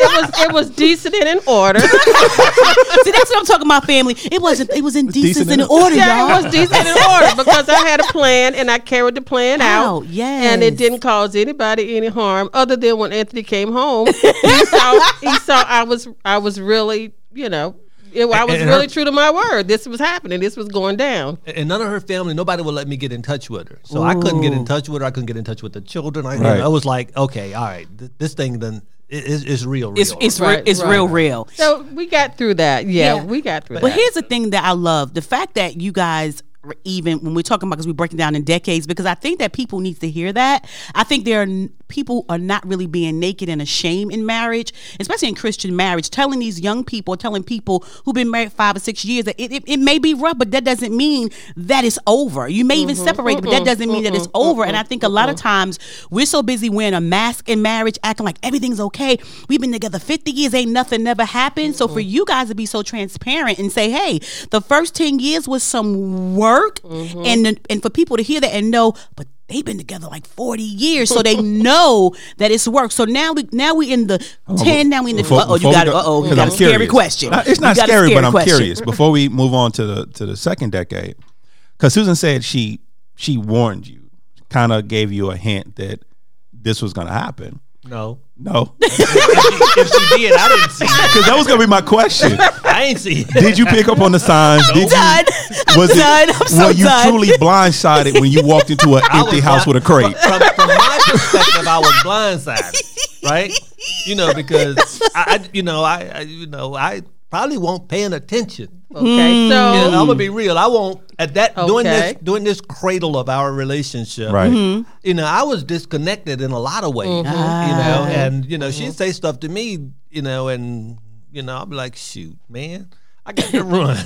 Speaker 3: It was, it was decent and in order.
Speaker 2: See, that's what I'm talking about. Family. It wasn't. It was in
Speaker 1: decent
Speaker 2: decent
Speaker 1: in
Speaker 2: and order, y'all.
Speaker 3: yeah, it was decent and in order because I had a plan and I carried the plan
Speaker 2: Wow,
Speaker 3: out.
Speaker 2: yes.
Speaker 3: And it didn't cause anybody any harm other than when Anthony came home. He saw, he saw I was I was really, you know, it, I was
Speaker 4: And her-
Speaker 3: really true to my word. This was happening. This was going down.
Speaker 4: and none of her family, nobody would let me get in touch with her. So I couldn't get in touch with her. I couldn't get in touch with the children. I,
Speaker 1: Right.
Speaker 4: I was like, okay, all right, th- this thing then it, it's, it's real, real.
Speaker 2: It's it's
Speaker 3: Right,
Speaker 2: re- it's
Speaker 3: right.
Speaker 2: real real.
Speaker 3: So we got through that. Yeah,
Speaker 2: Yeah.
Speaker 3: we got through
Speaker 2: But
Speaker 3: that.
Speaker 2: here's the thing that I love: the fact that you guys, are even when we're talking about, because we're breaking down in decades, because I think that people need to hear that. I think there are n- people are not really being naked and ashamed in marriage, especially in Christian marriage. Telling these young people, telling people who've been married five or six years that it, it, it may be rough, but that doesn't mean that it's over. You may even
Speaker 3: Mm-hmm.
Speaker 2: separate, but that doesn't mean that it's over. And I think a lot of times we're so busy wearing a mask in marriage, acting like everything's okay. We've been together 50 years, ain't nothing never happened. So for you guys to be so transparent and say, hey, the first 10 years was some work, and, and for people to hear that and know, but They've been together like forty years, so they know that it's work. So now we now we in the ten. Now we in the
Speaker 1: Before-
Speaker 2: uh oh. You
Speaker 1: before we
Speaker 2: got it.
Speaker 1: go-
Speaker 2: Uh oh. You
Speaker 1: 'cause
Speaker 2: got
Speaker 1: I'm
Speaker 2: a scary
Speaker 1: curious.
Speaker 2: question.
Speaker 1: No, it's not
Speaker 2: You got a
Speaker 1: scary, but
Speaker 2: scary
Speaker 1: I'm
Speaker 2: question.
Speaker 1: curious. Before we move on to the to the second decade, because Susan said she she warned you, kind of gave you a hint that this was going to happen.
Speaker 4: no.
Speaker 1: No,
Speaker 4: if, she, if she did, I didn't see it.
Speaker 1: because that was going to be my question.
Speaker 4: I ain't see it.
Speaker 1: Did you pick up on the signs? Did you,
Speaker 2: done. I'm
Speaker 1: was it-
Speaker 2: done. I'm so
Speaker 1: were you
Speaker 2: done.
Speaker 1: truly blindsided when you walked into an
Speaker 4: I
Speaker 1: empty
Speaker 4: was
Speaker 1: house
Speaker 4: blind-
Speaker 1: with a crate?
Speaker 4: From, from my perspective, I was blindsided, right? You know, because I, I you know, I, I, you know, I probably won't paying attention.
Speaker 3: okay, so
Speaker 4: And I'm gonna be real. I won't at that doing this
Speaker 3: Okay.
Speaker 4: doing this cradle of our relationship.
Speaker 1: Right.
Speaker 4: You know, I was disconnected in a lot of ways. You know, and you know, she'd say stuff to me. You know, and you know, I'd be like, shoot, man. I got to run.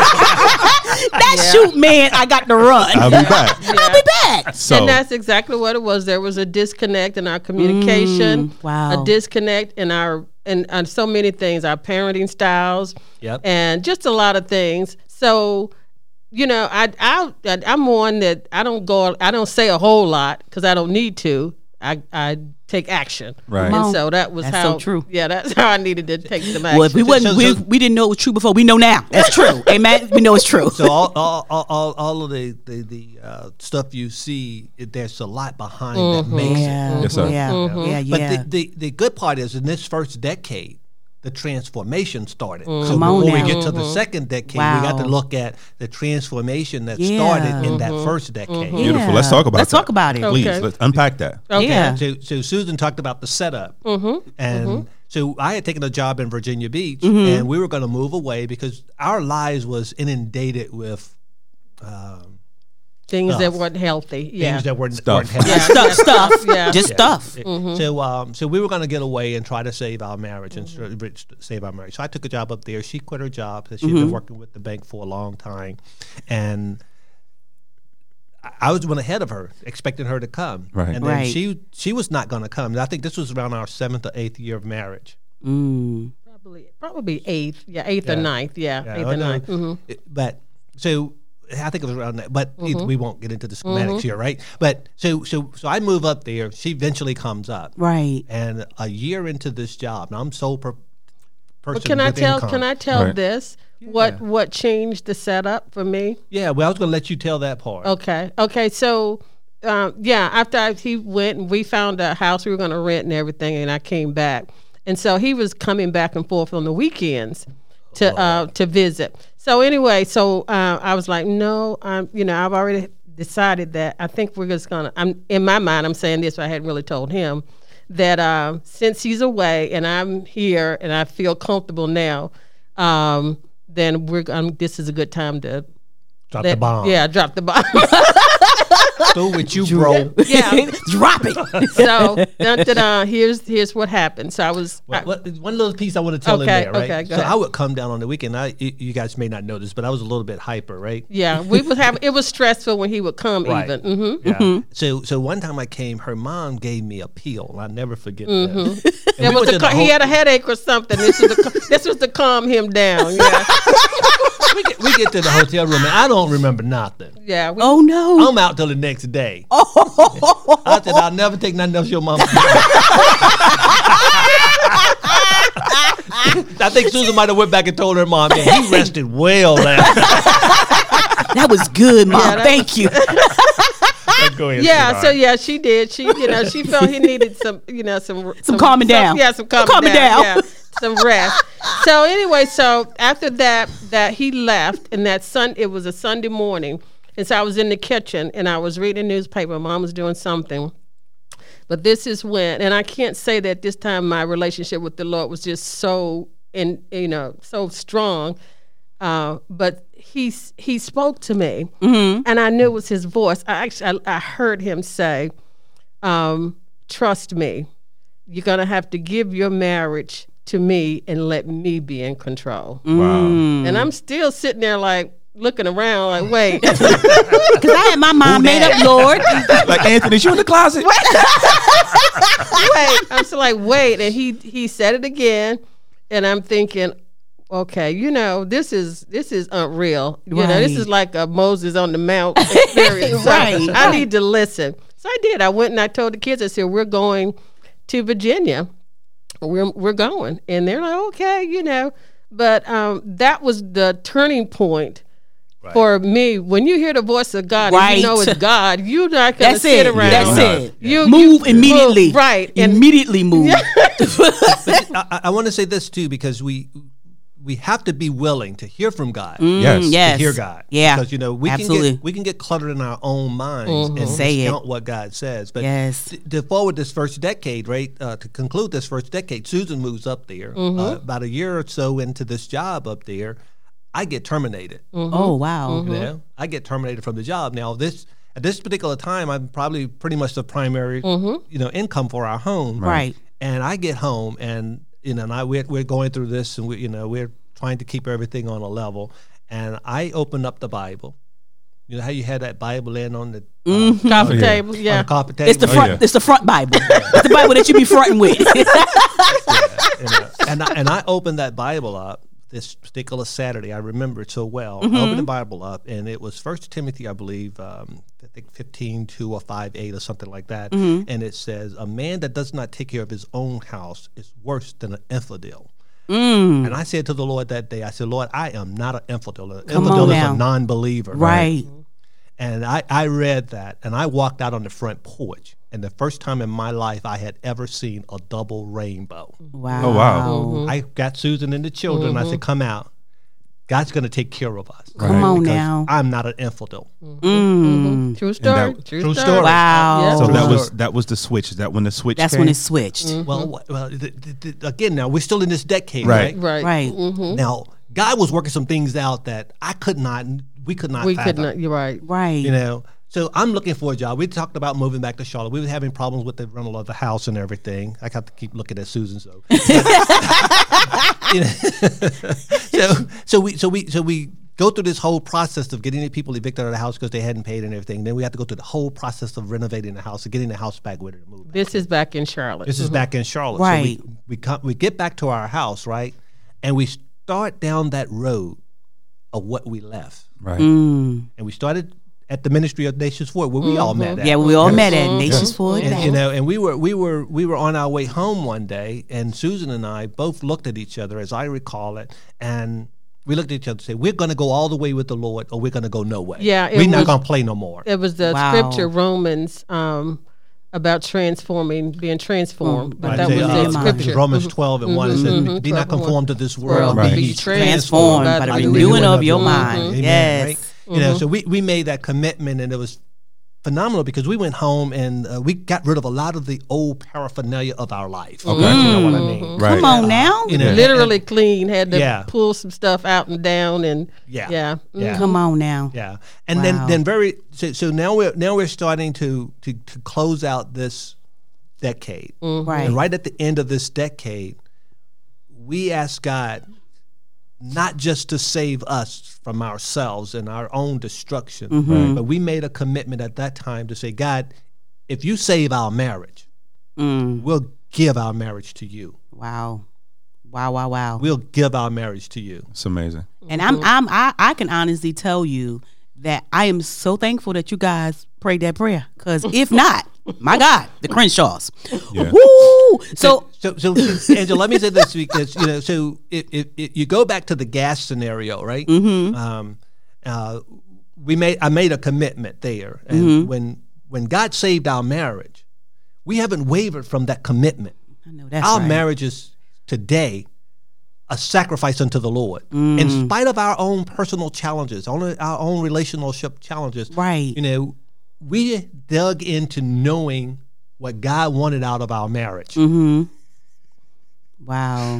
Speaker 2: that shoot man, I got to run.
Speaker 1: I'll be back.
Speaker 2: I'll be back.
Speaker 1: So
Speaker 3: and that's exactly what it was. There was a disconnect in our communication.
Speaker 4: Mm,
Speaker 2: wow.
Speaker 3: A disconnect in our in on so many things, our parenting styles.
Speaker 4: Yep.
Speaker 3: And just a lot of things. So, you know, I I I'm one that I don't go I don't say a whole lot because I don't need to. I I take action.
Speaker 1: Right.
Speaker 3: And
Speaker 2: Wow.
Speaker 3: so that was
Speaker 2: That's so
Speaker 3: how
Speaker 2: true.
Speaker 3: Yeah, that's how I needed to take some action.
Speaker 2: Well, if we wasn't, we, we didn't know it was true before. We know now. That's true. Amen. We know it's true.
Speaker 4: so all, all, all, all, all of the the, the uh, stuff you see, it, there's a lot behind that makes
Speaker 2: Mm-hmm.
Speaker 4: it.
Speaker 2: yeah.
Speaker 1: Yes, sir.
Speaker 2: Yeah.
Speaker 3: Mm-hmm.
Speaker 2: Yeah. Yeah.
Speaker 4: But the, the, the good part is in this first decade, the transformation started. So
Speaker 2: Mm. Come on
Speaker 4: when
Speaker 2: now. Mm-hmm.
Speaker 4: we get to the second decade, we got to
Speaker 2: Wow.
Speaker 4: look at the transformation that
Speaker 2: Yeah. Mm-hmm.
Speaker 4: started in that first decade.
Speaker 1: beautiful. Let's talk about.
Speaker 2: Let's
Speaker 1: that.
Speaker 2: talk about it.
Speaker 1: Please,
Speaker 3: Okay.
Speaker 1: let's unpack that.
Speaker 3: Okay.
Speaker 2: Yeah. Mm-hmm.
Speaker 4: So, so Susan talked about the setup, and so I had taken a job in Virginia Beach,
Speaker 2: Mm-hmm.
Speaker 4: and we were going to move away because our lives was inundated with
Speaker 3: things that weren't healthy. Yeah.
Speaker 4: things that were
Speaker 1: Stuff.
Speaker 4: weren't happening.
Speaker 3: yeah,
Speaker 2: Stuff. Stuff.
Speaker 3: Yeah.
Speaker 2: Just stuff.
Speaker 3: Mm-hmm.
Speaker 4: So, um, so we were going to get away and try to save our marriage and sort of rich- save our marriage. So I took a job up there. She quit her
Speaker 3: Mm-hmm.
Speaker 4: job. She had been working with the bank for a long time, and I- I was went ahead of her, expecting her to come,
Speaker 1: Right.
Speaker 4: and then
Speaker 2: Right.
Speaker 4: she she was not going to come. And I think this was around our seventh or eighth year of marriage.
Speaker 2: Mm.
Speaker 3: Probably, probably eighth. Yeah, eighth or
Speaker 4: Yeah.
Speaker 3: ninth. Yeah,
Speaker 4: Yeah,
Speaker 3: eighth
Speaker 4: I
Speaker 3: or
Speaker 4: know.
Speaker 3: ninth. hmm
Speaker 4: It- But so I think it was around that. But it-
Speaker 3: Mm-hmm.
Speaker 4: we won't get into the schematics here, right? But so so so I move up there. She eventually comes up,
Speaker 2: Right.
Speaker 4: and a year into this job, now I'm sole per- person.
Speaker 3: But can I
Speaker 4: with
Speaker 3: tell?
Speaker 4: income.
Speaker 3: Can I tell
Speaker 1: Right.
Speaker 3: this? What what changed the setup for me?
Speaker 4: Yeah. Well, I was going to let you tell that part.
Speaker 3: Okay. Okay. So, um, yeah, after I, he went and we found a house we were going to rent and everything, and I came back, and so he was coming back and forth on the weekends to uh, to visit. So anyway, so uh, I was like, no, I'm, you know, I've already decided that I think we're just gonna. I'm in my mind, I'm saying this, but I hadn't really told him that uh, since he's away and I'm here and I feel comfortable now. Um, then we're. Um, this is a good time to.
Speaker 4: Drop the
Speaker 3: let-
Speaker 4: bomb.
Speaker 3: Yeah, drop the bomb.
Speaker 4: Through with you, bro.
Speaker 3: Yeah.
Speaker 2: Drop it.
Speaker 3: so dun, dun, dun, here's here's what happened. So I was I-
Speaker 4: Well, what- one little piece I want to tell
Speaker 3: Okay,
Speaker 4: in there, right?
Speaker 3: okay, go
Speaker 4: so
Speaker 3: ahead.
Speaker 4: I would come down on the weekend. I, you you guys may not know this, but I was a little bit hyper, right?
Speaker 3: yeah, we would have it was stressful when he would come even. hmm
Speaker 4: Yeah. So, so one time I came, her mom gave me a peel. I'll never forget that. And
Speaker 3: It
Speaker 4: we
Speaker 3: Mm-hmm. was
Speaker 4: went
Speaker 3: to
Speaker 4: to the
Speaker 3: cal- he
Speaker 4: whole-
Speaker 3: had a headache or something. This was to, this was to calm him down. Yeah,
Speaker 4: we, get, we get to the hotel room, and I don't remember nothing.
Speaker 3: yeah. We,
Speaker 2: Oh no.
Speaker 3: Um,
Speaker 4: I'm out till the next day. I said I'll never take nothing else your mom. I think Susan might have went back and told her mom, "Man, he rested well last night."
Speaker 2: That was good, mom.
Speaker 3: Yeah, that
Speaker 2: Thank you.
Speaker 4: Go ahead,
Speaker 3: yeah, so
Speaker 4: sweetheart.
Speaker 3: yeah, she did. She, you know, she felt he needed some, you know, some some,
Speaker 2: calming down.
Speaker 3: Yeah, some calming,
Speaker 2: calming
Speaker 3: down.
Speaker 2: down.
Speaker 3: Yeah, some rest. so anyway, so after that, that he left, and that sun, it was a Sunday morning, and so I was in the kitchen and I was reading the newspaper. Mom was doing something, but this is when, and I can't say that this time my relationship with the Lord was just so, in you know, so strong. Uh, but he he spoke to me,
Speaker 2: Mm-hmm.
Speaker 3: and I knew it was his voice. I actually I, I heard him say, um, "Trust me, you're gonna have to give your marriage to me and let me be in control."
Speaker 1: Mm.
Speaker 2: Mm.
Speaker 1: Wow.
Speaker 3: And I'm still sitting there like looking around, like, "Wait,
Speaker 2: Because I had my mind made
Speaker 1: that?
Speaker 2: up, Lord.
Speaker 1: like Anthony, is you in the closet?
Speaker 3: wait." I'm still like, "Wait," and he he said it again, and I'm thinking. Okay, you know this is this is unreal. You know this
Speaker 2: Right.
Speaker 3: is like a Moses on the Mount experience. So
Speaker 2: Right,
Speaker 3: I need to listen. So I did. I went and I told the kids. I said, "We're going to Virginia. We're we're going." And they're like, "Okay, you know." But um, that was the turning point for me. When you hear the voice of God, and
Speaker 2: Right.
Speaker 3: you know it's God. You're not gonna
Speaker 2: That's
Speaker 3: sit
Speaker 2: it.
Speaker 3: around.
Speaker 2: That's it.
Speaker 3: You
Speaker 2: Move
Speaker 3: you-
Speaker 2: immediately.
Speaker 3: move, right? And
Speaker 2: Immediately move.
Speaker 4: I, I- I want to say this too because we we have to be willing to hear from God.
Speaker 1: Yes.
Speaker 2: yes.
Speaker 4: To hear God,
Speaker 2: Mm, Yeah.
Speaker 4: because you know we
Speaker 2: Absolutely. Mm-hmm.
Speaker 4: can
Speaker 3: Mm-hmm.
Speaker 4: get we can get cluttered in our own minds and
Speaker 2: Say it.
Speaker 4: discount what God says. But
Speaker 2: Yes.
Speaker 4: t- to forward this first decade, right? Uh, to conclude this first decade, Susan moves up there
Speaker 2: Mm-hmm.
Speaker 4: uh, about a year or so into this job up there. I get terminated.
Speaker 2: Oh wow.
Speaker 3: Mm-hmm.
Speaker 4: You know, I get terminated from the job. Now this at this particular time, I'm probably pretty much the primary, you know, income for our home.
Speaker 2: Mm-hmm. Right.
Speaker 4: And I get home, and you know, and I we're, we're going through this, and we you know we're trying to keep everything on a level. And I opened up the Bible. You know how you had that Bible in on the, uh,
Speaker 3: coffee
Speaker 1: yeah.
Speaker 3: table.
Speaker 4: on the
Speaker 3: Yeah.
Speaker 4: coffee
Speaker 2: Mm-hmm.
Speaker 4: table.
Speaker 2: It's the
Speaker 1: Oh,
Speaker 2: front.
Speaker 1: yeah.
Speaker 2: It's the front Bible. it's the Bible that you be fronting with.
Speaker 4: and, uh, and, I, and I opened that Bible up this particular Saturday. I remember it so well. I
Speaker 2: Mm-hmm.
Speaker 4: opened the Bible up, and it was First Timothy, I believe, um, I think 15, 2 or 5, 8 or something like that.
Speaker 2: Mm-hmm.
Speaker 4: And it says, A man that does not take care of his own house is worse than an infidel.
Speaker 2: Mm.
Speaker 4: And I said to the Lord that day, I said, Lord, I am not an infidel. An
Speaker 2: Come
Speaker 4: infidel
Speaker 2: on
Speaker 4: is
Speaker 2: now.
Speaker 4: a non believer.
Speaker 2: right.
Speaker 4: And I, I read that and I walked out on the front porch. And the first time in my life I had ever seen a double rainbow.
Speaker 2: Wow.
Speaker 1: Oh, wow.
Speaker 4: I got Susan and the children. I
Speaker 3: Mm-hmm.
Speaker 4: said, "Come out. God's going to take care of us."
Speaker 1: Right.
Speaker 2: Come on
Speaker 4: Because
Speaker 2: now.
Speaker 4: I'm not an infidel.
Speaker 3: True story.
Speaker 1: that-
Speaker 3: true,
Speaker 4: True
Speaker 3: story.
Speaker 4: story.
Speaker 2: Mm. Wow.
Speaker 3: Mm-hmm. Yeah.
Speaker 1: So that
Speaker 4: Sure.
Speaker 1: was that was the switch. Is that when the switch?
Speaker 2: That's
Speaker 1: came?
Speaker 2: when it switched.
Speaker 3: Mm-hmm.
Speaker 4: Well, wha- well. th- th- th- again, now we're still in this decade,
Speaker 1: Right.
Speaker 4: right?
Speaker 3: Right. Mm-hmm.
Speaker 2: Right.
Speaker 4: Mm-hmm. Now, God was working some things out that I could not. We could not.
Speaker 3: We
Speaker 4: fathom,
Speaker 3: could not. You're right.
Speaker 2: Right.
Speaker 4: You know. So I'm looking for a job. We talked about moving back to Charlotte. We were having problems with the rental of the house and everything. I got to keep looking at Susan. So, You know. so so we so we so we go through this whole process of getting the people evicted out of the house because they hadn't paid and everything. Then we have to go through the whole process of renovating the house and getting the house back with it. and moving.
Speaker 3: This is back in Charlotte.
Speaker 4: This is back in Charlotte.
Speaker 2: Right.
Speaker 4: So we we, come, we get back to our house, right? And we start down that road of what we left.
Speaker 1: Right.
Speaker 2: Mm,
Speaker 4: And we started at the Ministry of Nations Forward where we all
Speaker 3: Mm-hmm.
Speaker 4: met at.
Speaker 2: Yeah, we all met at Nations for it.
Speaker 4: And, you know, and we were we were we were on our way home one day, and Susan and I both looked at each other, as I recall it, and we looked at each other and said, "We're going to go all the way with the Lord, or we're going to go no way.
Speaker 3: Yeah, it
Speaker 4: we're not
Speaker 3: was-
Speaker 4: going to play no more."
Speaker 3: It was the
Speaker 2: Wow.
Speaker 3: scripture Romans um, about transforming, being transformed. but
Speaker 4: Right,
Speaker 3: that
Speaker 4: say,
Speaker 3: was
Speaker 4: uh,
Speaker 3: the
Speaker 4: I think
Speaker 3: scripture.
Speaker 4: Romans twelve and one it says, "Be
Speaker 3: 12
Speaker 4: not
Speaker 3: Mm-hmm. and one.
Speaker 4: conformed to this world,
Speaker 1: Right.
Speaker 4: be
Speaker 1: Be
Speaker 4: ye
Speaker 2: Transformed by the renewing of
Speaker 4: Mm-hmm.
Speaker 2: your mind.
Speaker 4: Amen,
Speaker 2: Yes. Mm-hmm.
Speaker 4: right? You know, so we, we made that commitment and it was phenomenal because we went home and uh, we got rid of a lot of the old paraphernalia of our life. Okay. You know what
Speaker 2: Mm-hmm.
Speaker 4: I mean?
Speaker 1: Right.
Speaker 2: Come on now.
Speaker 4: You know,
Speaker 3: Literally clean, had to
Speaker 4: Yeah.
Speaker 3: pull some stuff out and down, and
Speaker 4: Yeah.
Speaker 3: yeah, Mm.
Speaker 4: Yeah.
Speaker 2: Come on now.
Speaker 4: Yeah, and
Speaker 2: Wow.
Speaker 4: then then very so, so now we're now we're starting to to to close out this decade,
Speaker 3: Mm.
Speaker 2: Right.
Speaker 4: and right at the end of this decade, we ask God not just to save us from ourselves and our own destruction,
Speaker 2: Mm-hmm.
Speaker 4: but we made a commitment at that time to say, God, if you save our marriage, we'll give our marriage to you.
Speaker 2: Mm. Wow. Wow, wow, wow.
Speaker 4: We'll give our marriage to you.
Speaker 1: It's amazing.
Speaker 2: And I'm I'm I, I can honestly tell you that I am so thankful that you guys prayed that prayer. Cause if not, my God, the Crenshaws. Woo! So
Speaker 4: so, so Angela, let me say this because you know, so if, if, if you go back to the gas scenario, right? Mm-hmm. Um, uh, we made I made a commitment there, and when when God saved our marriage, we haven't wavered from that commitment.
Speaker 2: I know that's
Speaker 4: our
Speaker 2: right.
Speaker 4: marriage is today a sacrifice unto the Lord, in spite of our own personal challenges, only our own relationship challenges.
Speaker 2: Right.
Speaker 4: You know, we dug into knowing what God wanted out of our marriage.
Speaker 2: wow.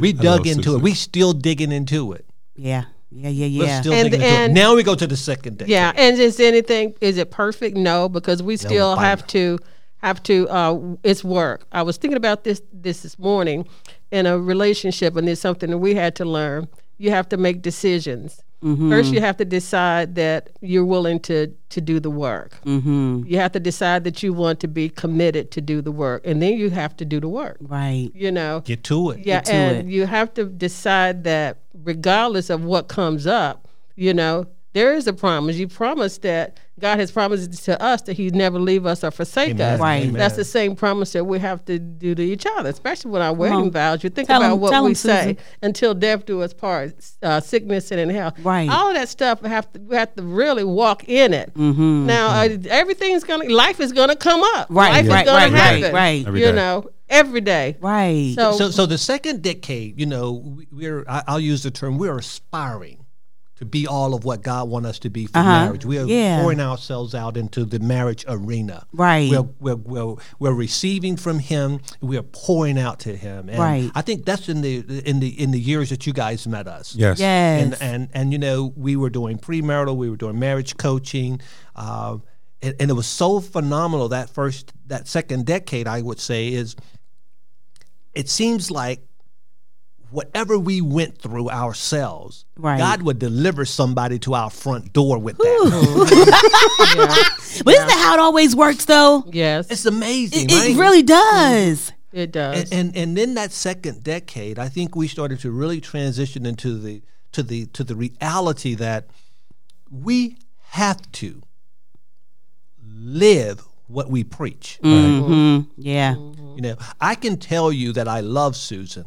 Speaker 4: We dug
Speaker 1: Hello,
Speaker 4: into it.
Speaker 1: Susan.
Speaker 4: We still digging into it.
Speaker 2: yeah. Yeah, yeah,
Speaker 4: We're
Speaker 2: yeah.
Speaker 4: still
Speaker 3: And-
Speaker 4: digging
Speaker 3: and-
Speaker 4: into it. Now we go to the second day.
Speaker 3: yeah. And is anything is it perfect? No, because we still
Speaker 4: fine.
Speaker 3: have to have to. Uh, it's work. I was thinking about this this this morning in a relationship, and it's something that we had to learn. You have to make decisions. First, you have to decide that you're willing to to do the work. Mm-hmm. You have to decide that you want to be committed to do the work, and then you have to do the work.
Speaker 2: right.
Speaker 3: You know,
Speaker 4: Get to it.
Speaker 3: yeah,
Speaker 2: to
Speaker 3: and
Speaker 2: it.
Speaker 3: you have to decide that regardless of what comes up, you know, there is a promise. You promise that God has promised to us that He'd never leave us or forsake us.
Speaker 2: Right. Amen.
Speaker 3: That's the same promise that we have to do to each other, especially with our wedding
Speaker 2: on.
Speaker 3: vows. You think
Speaker 2: Tell
Speaker 3: about
Speaker 2: 'em-
Speaker 3: what
Speaker 2: tell
Speaker 3: we
Speaker 2: 'em,
Speaker 3: say
Speaker 2: Susan.
Speaker 3: until death do us part, uh, sickness and in health.
Speaker 2: Right.
Speaker 3: All that stuff have to we have to really walk in it. Now uh, everything's gonna, life is gonna come up.
Speaker 2: Mm-hmm. Right,
Speaker 3: Life
Speaker 2: right,
Speaker 3: is gonna
Speaker 2: right, right,
Speaker 3: happen.
Speaker 2: right.
Speaker 1: Every
Speaker 3: you
Speaker 1: day.
Speaker 3: know, every day.
Speaker 2: Right.
Speaker 3: So,
Speaker 4: So, so the second decade, you know, we- we're I, I'll use the term we're aspiring to be all of what God wants us to be for marriage. We are
Speaker 2: Uh-huh. Yeah.
Speaker 4: pouring ourselves out into the marriage arena.
Speaker 2: Right.
Speaker 4: We're we're, we're, we're receiving from Him. We are pouring out to Him. And
Speaker 2: Right.
Speaker 4: I think that's in the in the in the years that you guys met us.
Speaker 1: Yes.
Speaker 2: yes.
Speaker 4: and and and you know we were doing premarital we were doing marriage coaching um, and, and it was so phenomenal that first that second decade i would say is it seems like whatever we went through ourselves
Speaker 2: Right.
Speaker 4: god would deliver somebody to our front door with that
Speaker 2: but isn't that how it always works though?
Speaker 3: yes,
Speaker 4: it's amazing
Speaker 2: It,
Speaker 4: right?
Speaker 2: it really does.
Speaker 3: it does.
Speaker 4: and, and and in that second decade, I think we started to really transition into the to the to the reality that we have to live what we preach.
Speaker 2: Mm-hmm. Yeah.
Speaker 4: You know, I can tell you that I love Susan,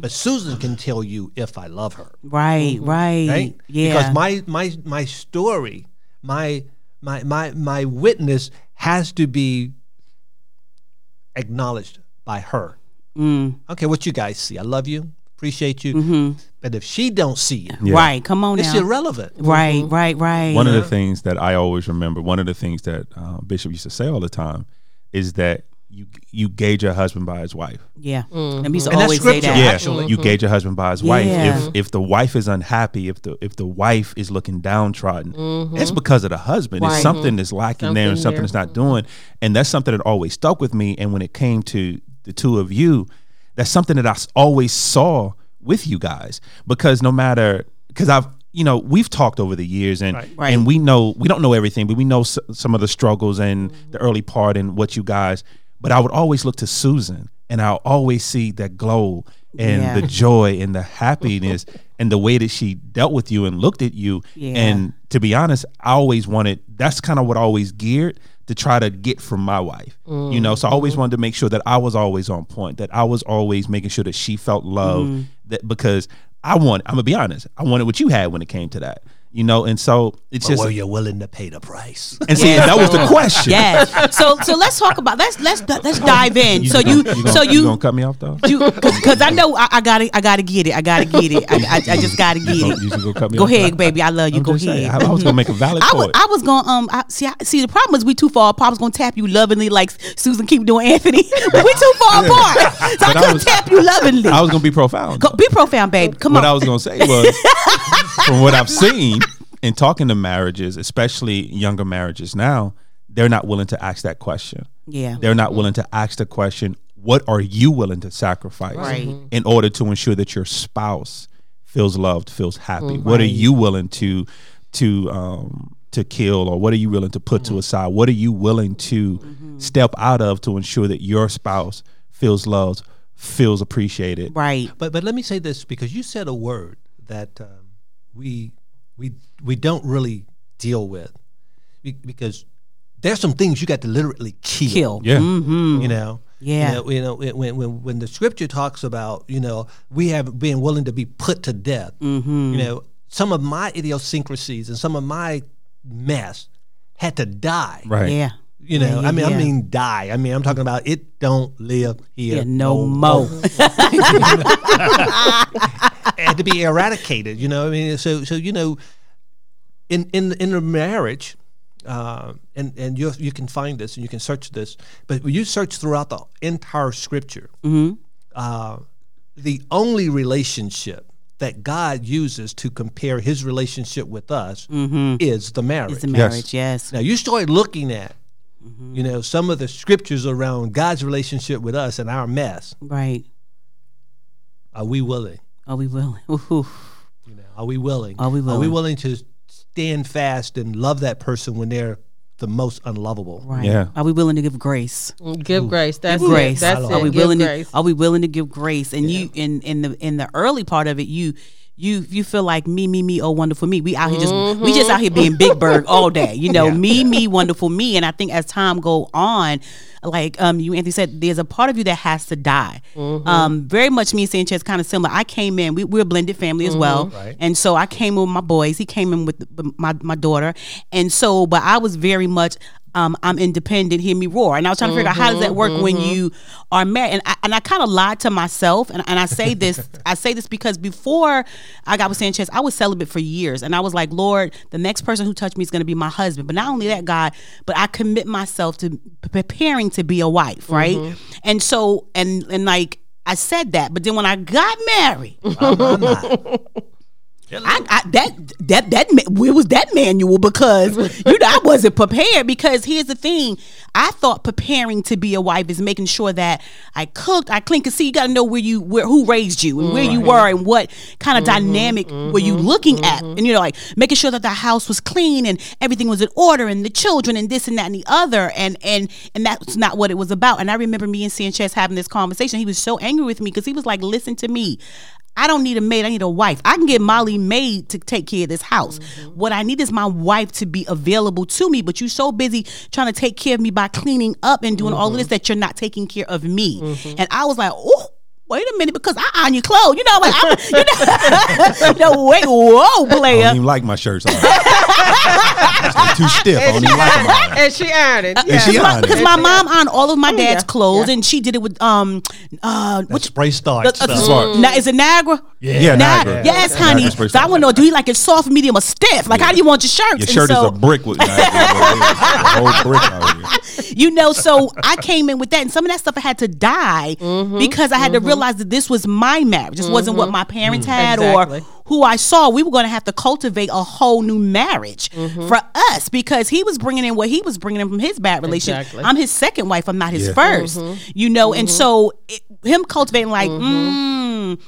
Speaker 4: but Susan can tell you if I love her,
Speaker 2: Right, right.
Speaker 4: Mm-hmm. right?
Speaker 2: Yeah.
Speaker 4: Because my my my story, my my my my witness has to be acknowledged by her
Speaker 2: Mm,
Speaker 4: okay, what you guys see. I love you, appreciate you. But if she don't see it,
Speaker 1: Yeah.
Speaker 2: Right. Come on
Speaker 4: it's
Speaker 2: now.
Speaker 4: irrelevant.
Speaker 2: Right,
Speaker 4: Mm-hmm.
Speaker 2: right, right.
Speaker 1: One of the things that I always remember, one of the things that uh, Bishop used to say all the time, is that you you gauge your husband by his wife.
Speaker 2: yeah. Let me used to
Speaker 4: And that's
Speaker 2: always say
Speaker 4: scripture.
Speaker 2: that.
Speaker 1: Yeah,
Speaker 4: Actually.
Speaker 1: you gauge your husband by his wife.
Speaker 2: Yeah.
Speaker 1: If if the wife is unhappy, if the if the wife is looking downtrodden,
Speaker 2: Mm-hmm.
Speaker 1: it's because of the husband. It's something that's lacking there, and something that's not doing. And that's something that always stuck with me. And when it came to the two of you, that's something that I s- always saw with you guys because no matter because I've you know we've talked over the years and
Speaker 4: Right.
Speaker 2: Right.
Speaker 1: and we know we don't know everything but we know s- some of the struggles and the early part and what you guys but i would always look to susan and i'll always see that glow and
Speaker 2: Yeah.
Speaker 1: the joy and the happiness and the way that she dealt with you and looked at you
Speaker 2: Yeah.
Speaker 1: and to be honest i always wanted that's kind of what i always geared to try to get from my wife you know so i
Speaker 2: Mm-hmm.
Speaker 1: always wanted to make sure that i was always on point that i was always making sure that she felt loved
Speaker 2: Mm-hmm.
Speaker 1: that because i want i'm gonna be honest i wanted what you had when it came to that you know and so it's
Speaker 4: But
Speaker 1: just
Speaker 4: were you willing to pay the price?
Speaker 1: and see
Speaker 2: Yes.
Speaker 1: that was the question
Speaker 2: Yes. So so let's talk about let's let's let's dive in. so you,
Speaker 1: gonna,
Speaker 2: so
Speaker 1: you gonna
Speaker 2: you
Speaker 1: cut me off though
Speaker 2: you because I know I, I gotta I gotta get it. I gotta get it. I, I, I just gotta get
Speaker 1: you
Speaker 2: it.
Speaker 1: gonna- you gonna cut me
Speaker 2: Go
Speaker 1: off?
Speaker 2: ahead, baby. I love you.
Speaker 1: I'm
Speaker 2: Go
Speaker 1: just saying,
Speaker 2: ahead.
Speaker 1: I, I was gonna make a valid
Speaker 2: I was,
Speaker 1: point
Speaker 2: I was gonna um I, see I, see the problem is we too far apart. I was gonna tap you lovingly like Susan keep doing Anthony, but we too far apart. So I
Speaker 1: But I
Speaker 2: couldn't
Speaker 1: was-
Speaker 2: tap you lovingly.
Speaker 1: I was gonna be profound
Speaker 2: Go, be profound, babe. Come
Speaker 1: what
Speaker 2: on.
Speaker 1: I was gonna say was from what I've seen in talking to marriages, especially younger marriages now, they're not willing to ask that question.
Speaker 2: yeah.
Speaker 1: They're not willing to ask the question, what are you willing to sacrifice
Speaker 2: Right. Mhm.
Speaker 1: in order to ensure that your spouse feels loved, feels happy? What are you willing to to um to kill or what are you willing to put
Speaker 2: Mm-hmm.
Speaker 1: to aside? What are you willing to step out of to ensure that your spouse feels loved, feels appreciated?
Speaker 2: Right.
Speaker 4: But but let me say this because you said a word that um, we we we don't really deal with Be- because there's some things you got to literally kill.
Speaker 2: Kill.
Speaker 1: Yeah.
Speaker 4: You know.
Speaker 2: Hmm. Yeah.
Speaker 4: You know, you know, when- when, when when the scripture talks about you know we have been willing to be put to death.
Speaker 2: Mm-hmm.
Speaker 4: You know some of my idiosyncrasies and some of my mess had to die.
Speaker 1: Right.
Speaker 2: Yeah.
Speaker 4: You know,
Speaker 2: yeah,
Speaker 4: I mean,
Speaker 2: yeah.
Speaker 4: I mean, die. I mean, I'm talking about it. Don't live here
Speaker 2: Yeah, no mo.
Speaker 4: had to be eradicated. You know, I mean, so so you know, in in in a marriage, uh, and and you you can find this and you can search this, but when you search throughout the entire scripture, uh, the only relationship that God uses to compare His relationship with us Mm-hmm. is the marriage. Mm-hmm.
Speaker 2: It's a marriage. Yes.
Speaker 4: Now you start looking at. You know some of the scriptures around God's relationship with us and our mess.
Speaker 2: Right.
Speaker 4: Are we willing?
Speaker 2: Are we willing? Ooh.
Speaker 4: You know, are we willing?
Speaker 2: Are we willing?
Speaker 4: to stand fast and love that person when they're the most unlovable?
Speaker 2: Right.
Speaker 1: Yeah.
Speaker 2: Are we willing to give grace?
Speaker 3: Give grace. That's
Speaker 2: give grace.
Speaker 3: it. That's it.
Speaker 2: Are we
Speaker 3: Give
Speaker 2: willing
Speaker 3: grace.
Speaker 2: to? uh, Are we willing to give grace? And you in in the in the early part of it, you you you feel like me me me oh wonderful me. We out here just we just out here
Speaker 3: Mm-hmm.
Speaker 2: being Big Bird all day. You know me me wonderful me. And I think as time go on, like um you Anthony said, there's a part of you that has to die.
Speaker 3: Mm-hmm.
Speaker 2: Um, very much me and Sanchez kind of similar. I came in. We we're a blended family as well.
Speaker 3: Mm-hmm.
Speaker 4: Right.
Speaker 2: And so I came in with my boys. He came in with the- my my daughter. And so, but I was very much. Um, I'm independent. Hear me roar. And I was trying to figure out how does that work when you are married. And I, and I kind of lied to myself. And, and I say this, I say this because before I got with Sanchez, I was celibate for years, and I was like, Lord, the next person who touched me is going to be my husband. But not only that, God, but I commit myself to p- preparing to be a wife, right? And so, and and like I said that, but then when I got married.
Speaker 4: I'm, I'm not.
Speaker 2: I, I that that that ma- where was that manual because you know I wasn't prepared because here's the thing I thought preparing to be a wife is making sure that I cooked I cleaned because see you got to know where you where who raised you and where you were and what kind of dynamic were you looking at and you know like making sure that the house was clean and everything was in order and the children and this and that and the other and and and that's not what it was about and I remember me and Sanchez having this conversation he was so angry with me because he was like listen to me I don't need a maid. I need a wife. I can get Molly made to take care of this house.
Speaker 3: Mm-hmm.
Speaker 2: What I need is my wife to be available to me. But you're so busy trying to take care of me by cleaning up and doing all of
Speaker 3: Mm-hmm.
Speaker 2: this that you're not taking care of me. And I was like, oh. Wait a minute, because I iron your clothes. You know, like I'm, you know, no, wait, whoa,
Speaker 1: I
Speaker 2: player.
Speaker 1: don't even like my shirts on. It's too stiff. I don't even like them on.
Speaker 3: And she ironed it.
Speaker 1: And she
Speaker 3: Yeah.
Speaker 1: ironed
Speaker 2: Because
Speaker 1: it.
Speaker 2: my mom ironed all of my dad's
Speaker 3: Oh, yeah,
Speaker 2: clothes, and she did it with um, uh, which
Speaker 4: Spray
Speaker 2: the-
Speaker 4: starts.
Speaker 2: uh,
Speaker 4: so-
Speaker 1: Smart.
Speaker 2: Na- is it Niagara?
Speaker 4: Yeah.
Speaker 1: Yeah,
Speaker 2: Ni-
Speaker 1: Niagara.
Speaker 2: Yes,
Speaker 1: Yeah.
Speaker 2: honey.
Speaker 1: Niagara's pretty
Speaker 2: So I want to know: Do you like it soft, medium, or stiff? Like, how do you want your shirts?
Speaker 1: Your
Speaker 2: And
Speaker 1: shirt
Speaker 2: so-
Speaker 1: is a brick with Niagara. The whole brick out here.
Speaker 2: you know so i came in with that and some of that stuff i had to die
Speaker 3: Mm-hmm,
Speaker 2: because i had to realize that this was my marriage this wasn't what my parents had
Speaker 3: Mm-hmm. Exactly.
Speaker 2: or who i saw we were going to have to cultivate a whole new marriage
Speaker 3: Mm-hmm.
Speaker 2: for us because he was bringing in what he was bringing in from his bad relationship
Speaker 3: Exactly. Mm-hmm.
Speaker 2: i'm his second wife i'm not his
Speaker 1: Yeah.
Speaker 3: Mm-hmm.
Speaker 2: 1st you know and so it, him cultivating like mm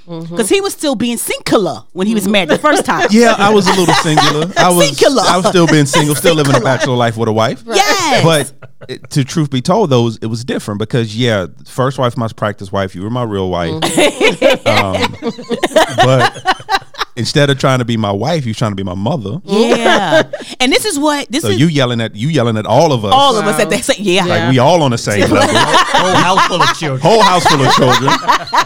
Speaker 2: because he was still being singular when he was married the first time.
Speaker 1: Yeah, I was a little singular. I was
Speaker 2: Singular.
Speaker 1: I was still being single, still living a bachelor life with a wife.
Speaker 2: Yes.
Speaker 1: But it, to truth be told, though, it was different because yeah, first wife, my practice wife. You were my real wife.
Speaker 2: Mm-hmm.
Speaker 1: um, but instead of trying to be my wife, you trying to be my mother.
Speaker 2: Mm-hmm. yeah, and this is what this
Speaker 1: So
Speaker 2: is
Speaker 1: you yelling at you yelling at all of us.
Speaker 2: all of us at that same. Yeah,
Speaker 1: like we all on the same level.
Speaker 4: Whole house full of children.
Speaker 1: Whole house full of children.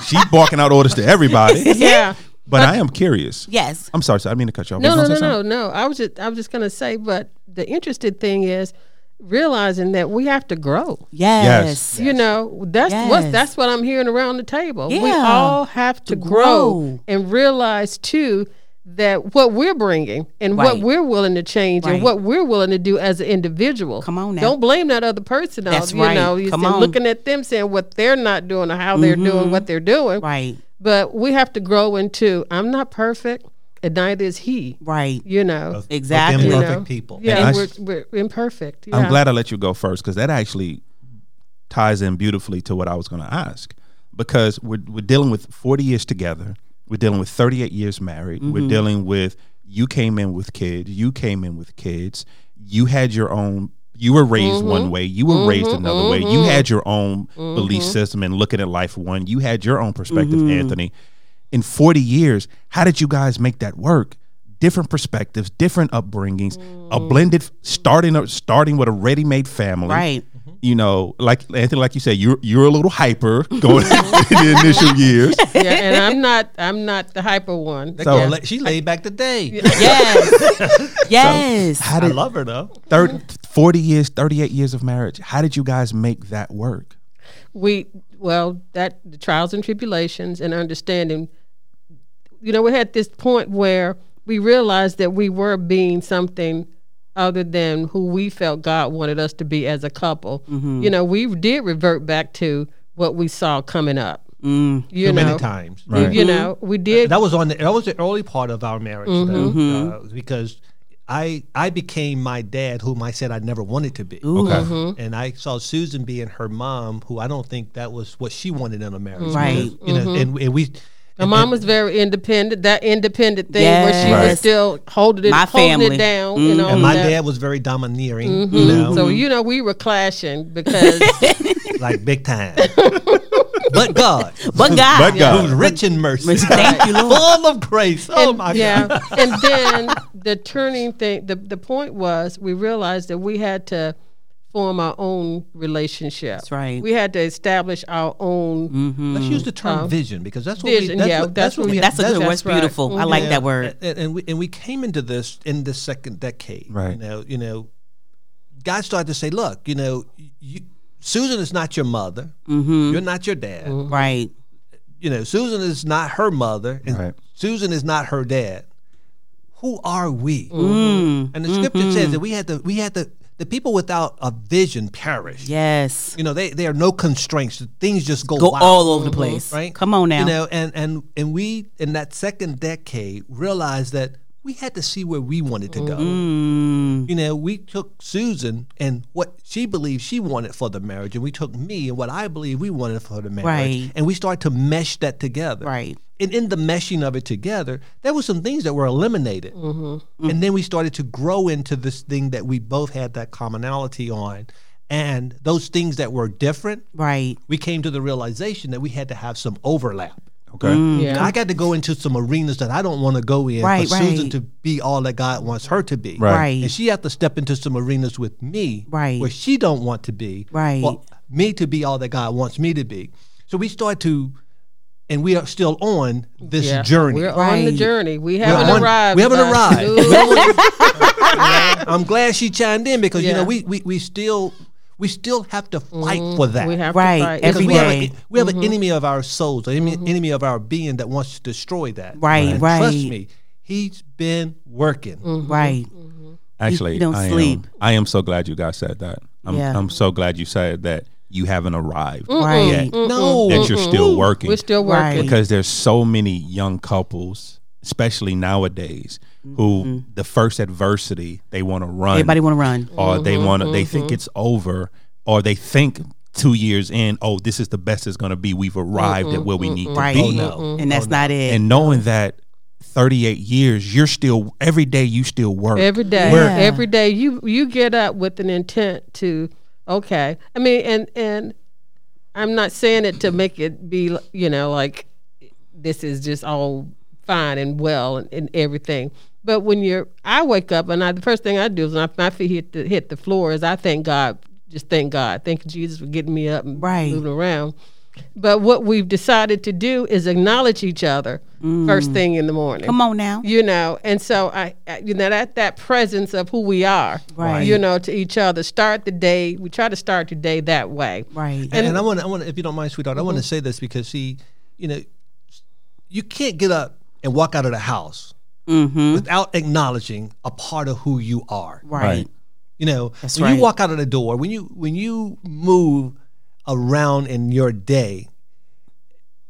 Speaker 1: She barking out orders to everybody.
Speaker 3: yeah.
Speaker 1: But I am curious.
Speaker 2: yes,
Speaker 1: I'm sorry, sir, I didn't mean to cut you off.
Speaker 3: No,
Speaker 1: You
Speaker 3: no,
Speaker 1: gonna
Speaker 3: no,
Speaker 1: say
Speaker 3: no,
Speaker 1: something?
Speaker 3: no. I was just I was just gonna say, but the interesting thing is realizing that we have to grow.
Speaker 2: yes,
Speaker 3: You know, that's what
Speaker 2: Yes.
Speaker 3: that's what I'm hearing around the table. We
Speaker 2: Yeah.
Speaker 3: all have to, grow.
Speaker 2: grow.
Speaker 3: and realize too that what we're bringing and what
Speaker 2: Right.
Speaker 3: we're willing to change
Speaker 2: Right.
Speaker 3: and what we're willing to do as an individual.
Speaker 2: Come on now.
Speaker 3: Don't blame that other person. on,
Speaker 2: That's
Speaker 3: you
Speaker 2: right.
Speaker 3: know, you
Speaker 2: Come
Speaker 3: see,
Speaker 2: on. Mm-hmm.
Speaker 3: looking at them saying what they're not doing or how they're doing what they're doing.
Speaker 2: right,
Speaker 3: But we have to grow into I'm not perfect and neither is he.
Speaker 2: right.
Speaker 3: You know.
Speaker 4: Of- of
Speaker 2: Exactly.
Speaker 4: imperfect
Speaker 3: You know?
Speaker 4: people.
Speaker 3: Yeah,
Speaker 1: And I-
Speaker 3: we're, we're imperfect. Yeah.
Speaker 1: I'm glad I let you go first because that actually ties in beautifully to what I was going to ask. Because we're, we're dealing with 40 years together, we're dealing with 38 years married, we're dealing with you came in with kids, you came in with kids, you had your own. You were raised one way. You were raised another way. You had your own belief system and looking at life one. You had your own perspective, Anthony. In 40 years, how did you guys make that work? different perspectives, different upbringings, a blended starting starting with a ready-made family.
Speaker 2: Right.
Speaker 1: Mm-hmm. You know, like Anthony, like you said, you're you're a little hyper going in the initial years.
Speaker 3: yeah, and I'm not I'm not the hyper one.
Speaker 1: So-
Speaker 4: Yeah, la- she laid back today.
Speaker 2: Yes. yes.
Speaker 1: How
Speaker 4: I
Speaker 1: did
Speaker 4: love her though.
Speaker 1: thir 40 years, 38 years of marriage, how did you guys make that work?
Speaker 3: we well that the trials and tribulations and understanding you know we're at this point where we realized that we were being something other than who we felt god wanted us to be as a couple
Speaker 2: Mm-hmm.
Speaker 3: you know we did revert back to what we saw coming up
Speaker 2: Mm,
Speaker 3: you
Speaker 4: Too
Speaker 3: know
Speaker 4: many times.
Speaker 3: You- you know we did
Speaker 4: That was on the that was the early part of our marriage though, uh, because I I became my dad, whom I said I never wanted to be.
Speaker 2: Ooh.
Speaker 1: Okay.
Speaker 4: And I saw Susan being her mom, who I don't think that was what she wanted in a marriage.
Speaker 2: Right.
Speaker 4: because, you know, and, and we.
Speaker 3: my
Speaker 4: and-
Speaker 3: mom
Speaker 4: and-
Speaker 3: was very independent that independent thing where she
Speaker 2: Yes.
Speaker 3: was still holding it
Speaker 2: My
Speaker 3: holding
Speaker 2: family. Mm.
Speaker 3: it down and all
Speaker 4: and my
Speaker 3: that.
Speaker 4: dad mm-hmm. was very domineering, you
Speaker 3: Oh,
Speaker 4: know,
Speaker 3: Mm-hmm. so you know we were clashing because
Speaker 4: like big time. but God,
Speaker 2: But God,
Speaker 1: But God.
Speaker 4: who's rich in mercy,
Speaker 2: Thank you, Lord.
Speaker 4: full of grace. Oh
Speaker 3: And-
Speaker 4: my
Speaker 3: yeah.
Speaker 4: God!
Speaker 3: and then the turning thing, the, the point was we realized that we had to form our own relationship.
Speaker 2: That's right.
Speaker 3: We had to establish our own.
Speaker 4: Let's use the term vision because that's what we.
Speaker 3: Vision,
Speaker 4: That's
Speaker 3: yeah,
Speaker 4: what,
Speaker 3: that's
Speaker 4: that's what
Speaker 3: what-
Speaker 4: we.
Speaker 2: That's a good word.
Speaker 3: That's
Speaker 2: It's
Speaker 3: right.
Speaker 2: beautiful. I like
Speaker 4: Yeah.
Speaker 2: that word.
Speaker 4: And, and we and we came into this in the second decade.
Speaker 1: Right.
Speaker 4: You know, you know, God started to say, "Look, you know, you, Susan is not your mother. You're not your dad.
Speaker 2: Right.
Speaker 4: You know, Susan is not her mother, and
Speaker 1: Right.
Speaker 4: Susan is not her dad. Who are we?"
Speaker 2: Mm.
Speaker 4: And the scripture says that we had to. We had to. The people without a vision perish.
Speaker 2: Yes.
Speaker 4: You know, they there are no constraints. Things just go,
Speaker 2: Go
Speaker 4: wild
Speaker 2: all over the place.
Speaker 4: right?
Speaker 2: Come on now.
Speaker 4: You know, and and and we in that second decade realized that we had to see where we wanted to go.
Speaker 2: Mm-hmm.
Speaker 4: You know, we took Susan and what she believed she wanted for the marriage, and we took me and what I believe we wanted for the marriage,
Speaker 2: Right.
Speaker 4: and we started to mesh that together.
Speaker 2: Right.
Speaker 4: And in the meshing of it together, there were some things that were eliminated,
Speaker 2: Mm-hmm.
Speaker 4: and then we started to grow into this thing that we both had that commonality on, and those things that were different
Speaker 2: Right.
Speaker 4: we came to the realization that we had to have some overlap.
Speaker 1: Okay.
Speaker 2: Mm.
Speaker 3: Yeah.
Speaker 4: I got to go into some arenas that I don't want to go in
Speaker 2: Right,
Speaker 4: for Susan
Speaker 2: right.
Speaker 4: to be all that God wants her to be.
Speaker 1: Right.
Speaker 2: Right.
Speaker 4: And she had to step into some arenas with me
Speaker 2: Right.
Speaker 4: where she don't want to be.
Speaker 2: Right.
Speaker 4: Or me to be all that God wants me to be. So we start to and we are still on this
Speaker 3: Yeah.
Speaker 4: journey.
Speaker 3: We're on the
Speaker 2: Right.
Speaker 3: journey. We
Speaker 4: We're
Speaker 3: haven't
Speaker 4: on-
Speaker 3: arrived.
Speaker 4: We haven't
Speaker 3: but-
Speaker 4: arrived.
Speaker 3: Ooh,
Speaker 4: We haven't- I'm glad she chimed in because you
Speaker 3: Yeah. Mm-hmm.
Speaker 4: know we, we we still we still have to fight for that.
Speaker 3: we have
Speaker 2: Right.
Speaker 3: to fight.
Speaker 2: Every
Speaker 4: Because we
Speaker 2: day. Mm-hmm.
Speaker 4: Have a, e, we have an enemy of our souls, an enemy, enemy of our being that wants to destroy that.
Speaker 2: Right,
Speaker 4: And
Speaker 2: right. Mm-hmm.
Speaker 4: Trust me, he's been working.
Speaker 2: Right.
Speaker 1: Actually,
Speaker 2: you don't
Speaker 1: I
Speaker 2: sleep.
Speaker 1: am. I am so glad you guys said that. I'm,
Speaker 2: Yeah. Mm.
Speaker 1: I'm so glad you said that you haven't arrived
Speaker 2: Right.
Speaker 1: yet.
Speaker 4: No,
Speaker 2: Mm-hmm.
Speaker 1: That you're still working.
Speaker 3: We're still
Speaker 2: Right.
Speaker 3: working.
Speaker 1: because there's so many young couples especially nowadays who
Speaker 2: Mm-hmm.
Speaker 1: the first adversity they want to run
Speaker 2: Everybody want to run. mm-hmm.
Speaker 1: or they want to they think it's over or they think two years in, oh, this is the best it's going to be. We've arrived at where we need to
Speaker 2: Mm-hmm, right? Oh,
Speaker 1: be.
Speaker 4: no.
Speaker 2: And that's not it.
Speaker 1: And knowing that 38 years, you're still, every day you still work.
Speaker 3: Every day,
Speaker 1: Where-
Speaker 3: every day you you get up with an intent to okay. I mean, and and I'm not saying it to make it be you know like this is just all fine and well and, and everything. But when you're, I wake up and I, the first thing I do is when I, my feet hit the hit the floor is I thank God, just thank God, thank Jesus for getting me up and
Speaker 2: Right.
Speaker 3: moving around. But what we've decided to do is acknowledge each other first thing in the morning
Speaker 2: Come on now.
Speaker 3: you know and so I, I you know that that presence of who we are
Speaker 2: Right.
Speaker 3: you know to each other start the day we try to start the day that way
Speaker 2: Right.
Speaker 4: And, I want to, I want to, if you don't mind, sweetheart, I
Speaker 2: Mm-hmm.
Speaker 4: want to say this because see, you know, you can't get up and walk out of the house
Speaker 2: Mm-hmm.
Speaker 4: without acknowledging a part of who you are.
Speaker 2: Right.
Speaker 4: You know, when
Speaker 2: right.
Speaker 4: you walk out of the door, when you when you move around in your day,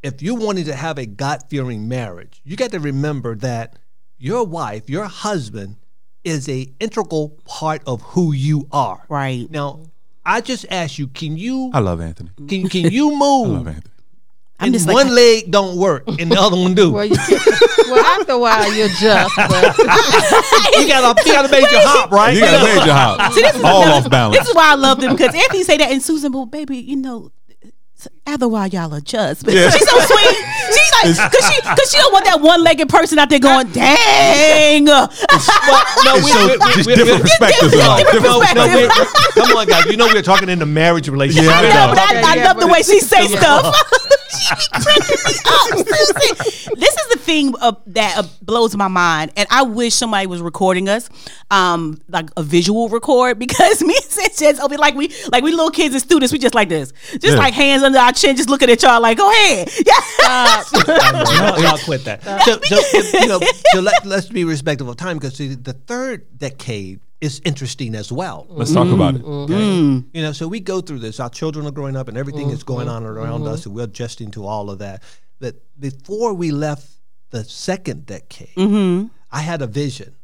Speaker 4: if you're wanting to have a God fearing marriage, you got to remember that your wife, your husband, is a integral part of who you are.
Speaker 2: Right.
Speaker 4: Now, I just ask you, can you
Speaker 1: I love Anthony.
Speaker 4: can can you
Speaker 1: I love
Speaker 4: move?
Speaker 1: Anthony.
Speaker 2: I'm just
Speaker 4: and
Speaker 2: like,
Speaker 4: one leg don't work and the other one do.
Speaker 3: well, you can, well after a while you adjust but
Speaker 4: you gotta you gotta make your hop, right?
Speaker 1: You got a major hop.
Speaker 2: See, this is
Speaker 1: All
Speaker 2: another-
Speaker 1: off balance.
Speaker 2: This is why I love them because Anthony say that and Susan, well, baby, you know, it's either while y'all adjust, but
Speaker 1: Yeah.
Speaker 2: she's so sweet. She's like, cause she, cause she don't want that one legged person out there going, dang.
Speaker 4: no,
Speaker 1: It's so just different perspectives. in life.
Speaker 2: different
Speaker 1: Different-
Speaker 2: perspective.
Speaker 4: we're- we're- come on, guys. You know we're talking in the marriage relationship.
Speaker 1: Yeah, I
Speaker 4: We're
Speaker 1: know,
Speaker 4: not
Speaker 2: but I,
Speaker 4: talking-
Speaker 2: I
Speaker 3: yeah,
Speaker 2: love the
Speaker 3: but
Speaker 2: way she say stuff. she be cracking me up. Seriously. This is the thing uh, that uh, blows my mind, and I wish somebody was recording us, um, like a visual record, because me and Sanchez will be like we, like we little kids and students, we just like this, just
Speaker 1: Yeah.
Speaker 2: like hands under our chin, just looking at y'all like, go ahead, yeah,
Speaker 4: No, no, I'll quit that. So, so you know, so let, let's be respectful of time because see, the third decade is interesting as well.
Speaker 1: Let's talk about it.
Speaker 2: Mm-hmm.
Speaker 4: You know, so we go through this. Our children are growing up, and everything is going on around us, and we're adjusting to all of that. But before we left the second decade, I had a vision,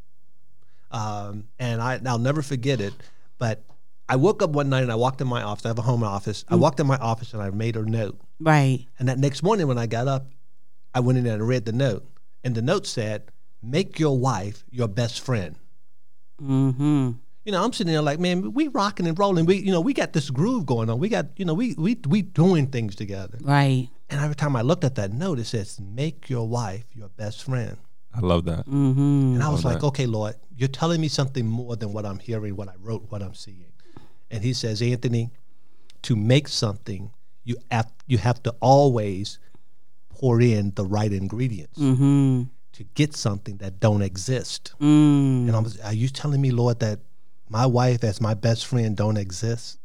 Speaker 4: um, and I, I'll never forget it. But I woke up one night and I walked in my office. I have a home office. I walked in my office and I made a note.
Speaker 2: right,
Speaker 4: And that next morning when I got up, I went in there and read the note. And the note said, Make your wife your best friend.
Speaker 2: mm-hmm.
Speaker 4: You know, I'm sitting there like, man, we rocking and rolling. We, you know, we got this groove going on. We got, you know, we we we doing things together.
Speaker 2: right,
Speaker 4: And every time I looked at that note, it says, "Make your wife your best friend."
Speaker 1: I love that.
Speaker 2: mm-hmm.
Speaker 4: And I was like, okay, Lord, you're telling me something more than what I'm hearing, what I wrote, what I'm seeing. And he says, Anthony, to make something, you have, you have to always pour in the right ingredients
Speaker 2: Mm. Mm-hmm.
Speaker 4: to get something that don't exist. And I was, are you telling me, Lord, that my wife as my best friend don't exist?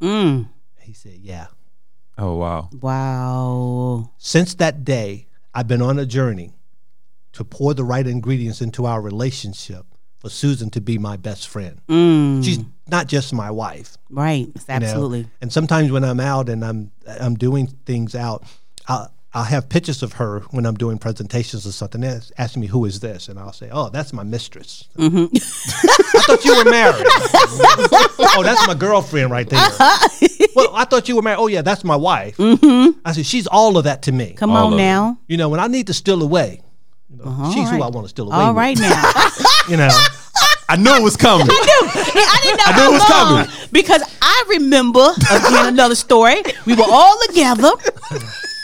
Speaker 2: Mm.
Speaker 4: He said, yeah.
Speaker 1: Oh wow.
Speaker 2: wow,
Speaker 4: Since that day, I've been on a journey to pour the right ingredients into our relationship for Susan to be my best friend. She's not just my wife.
Speaker 2: right, It's
Speaker 4: you know?
Speaker 2: absolutely.
Speaker 4: And sometimes when I'm out and I'm I'm doing things out, I'll, I'll have pictures of her when I'm doing presentations or something. They're asking me, who is this? And I'll say, oh, that's my mistress.
Speaker 2: Mm-hmm.
Speaker 4: I thought you were married. oh, that's my girlfriend right there.
Speaker 2: Uh-huh.
Speaker 4: well, I thought you were married. Oh, yeah, that's my wife. I said, she's all of that to me.
Speaker 2: Mm-hmm. Come
Speaker 1: All of
Speaker 2: on
Speaker 1: it.
Speaker 2: now,
Speaker 4: You know, when I need to steal away, you know,
Speaker 2: Uh-huh,
Speaker 4: she's
Speaker 2: right.
Speaker 4: who I want to steal away.
Speaker 2: all
Speaker 4: with,
Speaker 2: right now.
Speaker 4: You know,
Speaker 1: I knew it was coming.
Speaker 2: Yeah, I didn't know
Speaker 1: I knew
Speaker 2: how
Speaker 1: it was
Speaker 2: long,
Speaker 1: coming.
Speaker 2: because I remember again another story. We were all together,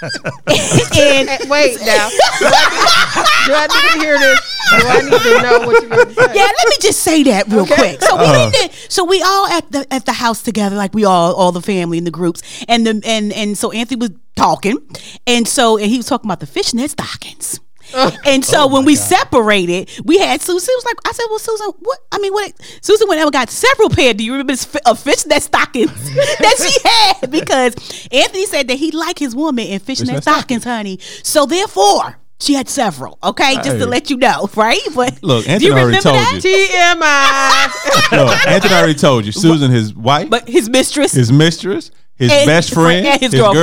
Speaker 2: and
Speaker 3: Hey, wait now do I need to hear this do I need to know what you're going to say
Speaker 2: yeah, let me just say that real quick. So we did, so we all at the at the house together, like we all all the family in the groups, and the and and so Anthony was talking, and so and he was talking about the fishnet stockings. And so when we separated, we had Susan. It was like I said, "Well, Susan, what? I mean, what? Susan went out and got several pair. Do you remember this fi- of fishnet stockings that she had? Because Anthony said that he liked his woman in fishnet
Speaker 1: Fishnet
Speaker 2: stockings, honey. So therefore, she had several. Okay, just
Speaker 1: Hey.
Speaker 2: to let you know, right? But
Speaker 1: Look,
Speaker 2: do
Speaker 1: Anthony
Speaker 2: you
Speaker 1: already
Speaker 2: remember
Speaker 1: told
Speaker 2: that?
Speaker 1: you.
Speaker 3: TMI
Speaker 1: No, Anthony already told you. Susan, his wife,
Speaker 2: But his mistress.
Speaker 1: his mistress, his
Speaker 2: And
Speaker 1: best
Speaker 2: his
Speaker 1: friend,
Speaker 2: friend- and
Speaker 1: his,
Speaker 2: his
Speaker 1: girlfriend.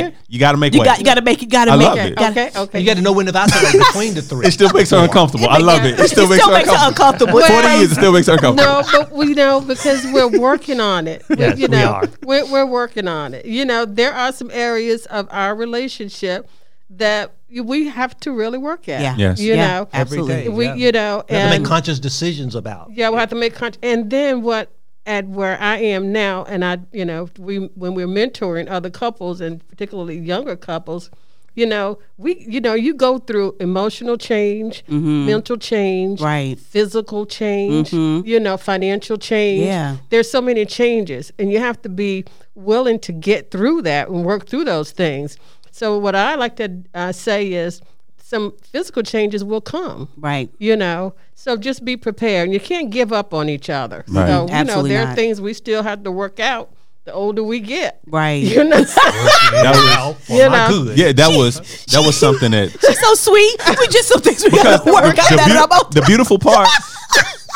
Speaker 2: girlfriend.
Speaker 1: You got to make
Speaker 2: You
Speaker 1: way.
Speaker 2: got, you got to make it. Got
Speaker 1: I
Speaker 2: to make
Speaker 1: love
Speaker 2: it.
Speaker 1: it.
Speaker 2: gotta-
Speaker 3: Okay, okay.
Speaker 4: You got to know when to vacillate between the three.
Speaker 1: it still makes her uncomfortable. I love it. It still makes her uncomfortable.
Speaker 2: uncomfortable.
Speaker 3: Well,
Speaker 1: Forty years, it still makes her uncomfortable.
Speaker 3: No, but we know because we're working on it. We-
Speaker 4: Yes,
Speaker 3: you
Speaker 4: we
Speaker 3: know,
Speaker 4: are.
Speaker 3: We're, we're working on it. You know, there are some areas of our relationship that we have to really work at.
Speaker 2: Yeah.
Speaker 1: Yes.
Speaker 3: You
Speaker 2: Yeah,
Speaker 3: know,
Speaker 2: absolutely.
Speaker 4: Every day.
Speaker 3: we,
Speaker 4: Yeah.
Speaker 3: you know,
Speaker 4: You have to
Speaker 3: and
Speaker 4: make conscious decisions about.
Speaker 3: yeah, we will have to make contact. And then what? At where I am now, and I, you know, we when we're mentoring other couples and particularly younger couples, you know, we, you know, you go through emotional change, mental change,
Speaker 2: Mm-hmm. Right. Mm-hmm.
Speaker 3: physical change, you know, financial change.
Speaker 2: Yeah.
Speaker 3: There's so many changes, and you have to be willing to get through that and work through those things. So, what I like to uh, say is some physical changes will come
Speaker 2: Right.
Speaker 3: you know so just be prepared and you can't give up on each other
Speaker 1: Right.
Speaker 3: so you
Speaker 2: Absolutely
Speaker 3: know there are
Speaker 2: not.
Speaker 3: things we still have to work out the older we get
Speaker 2: Right.
Speaker 3: you know
Speaker 1: That was-
Speaker 4: Well, for
Speaker 3: You
Speaker 4: my
Speaker 3: know.
Speaker 4: good.
Speaker 1: yeah, that was that was something that
Speaker 2: She's so sweet. We just some things we got to
Speaker 1: the,
Speaker 2: work out.
Speaker 1: the
Speaker 2: that
Speaker 1: beau-
Speaker 2: I'm about-
Speaker 1: the beautiful part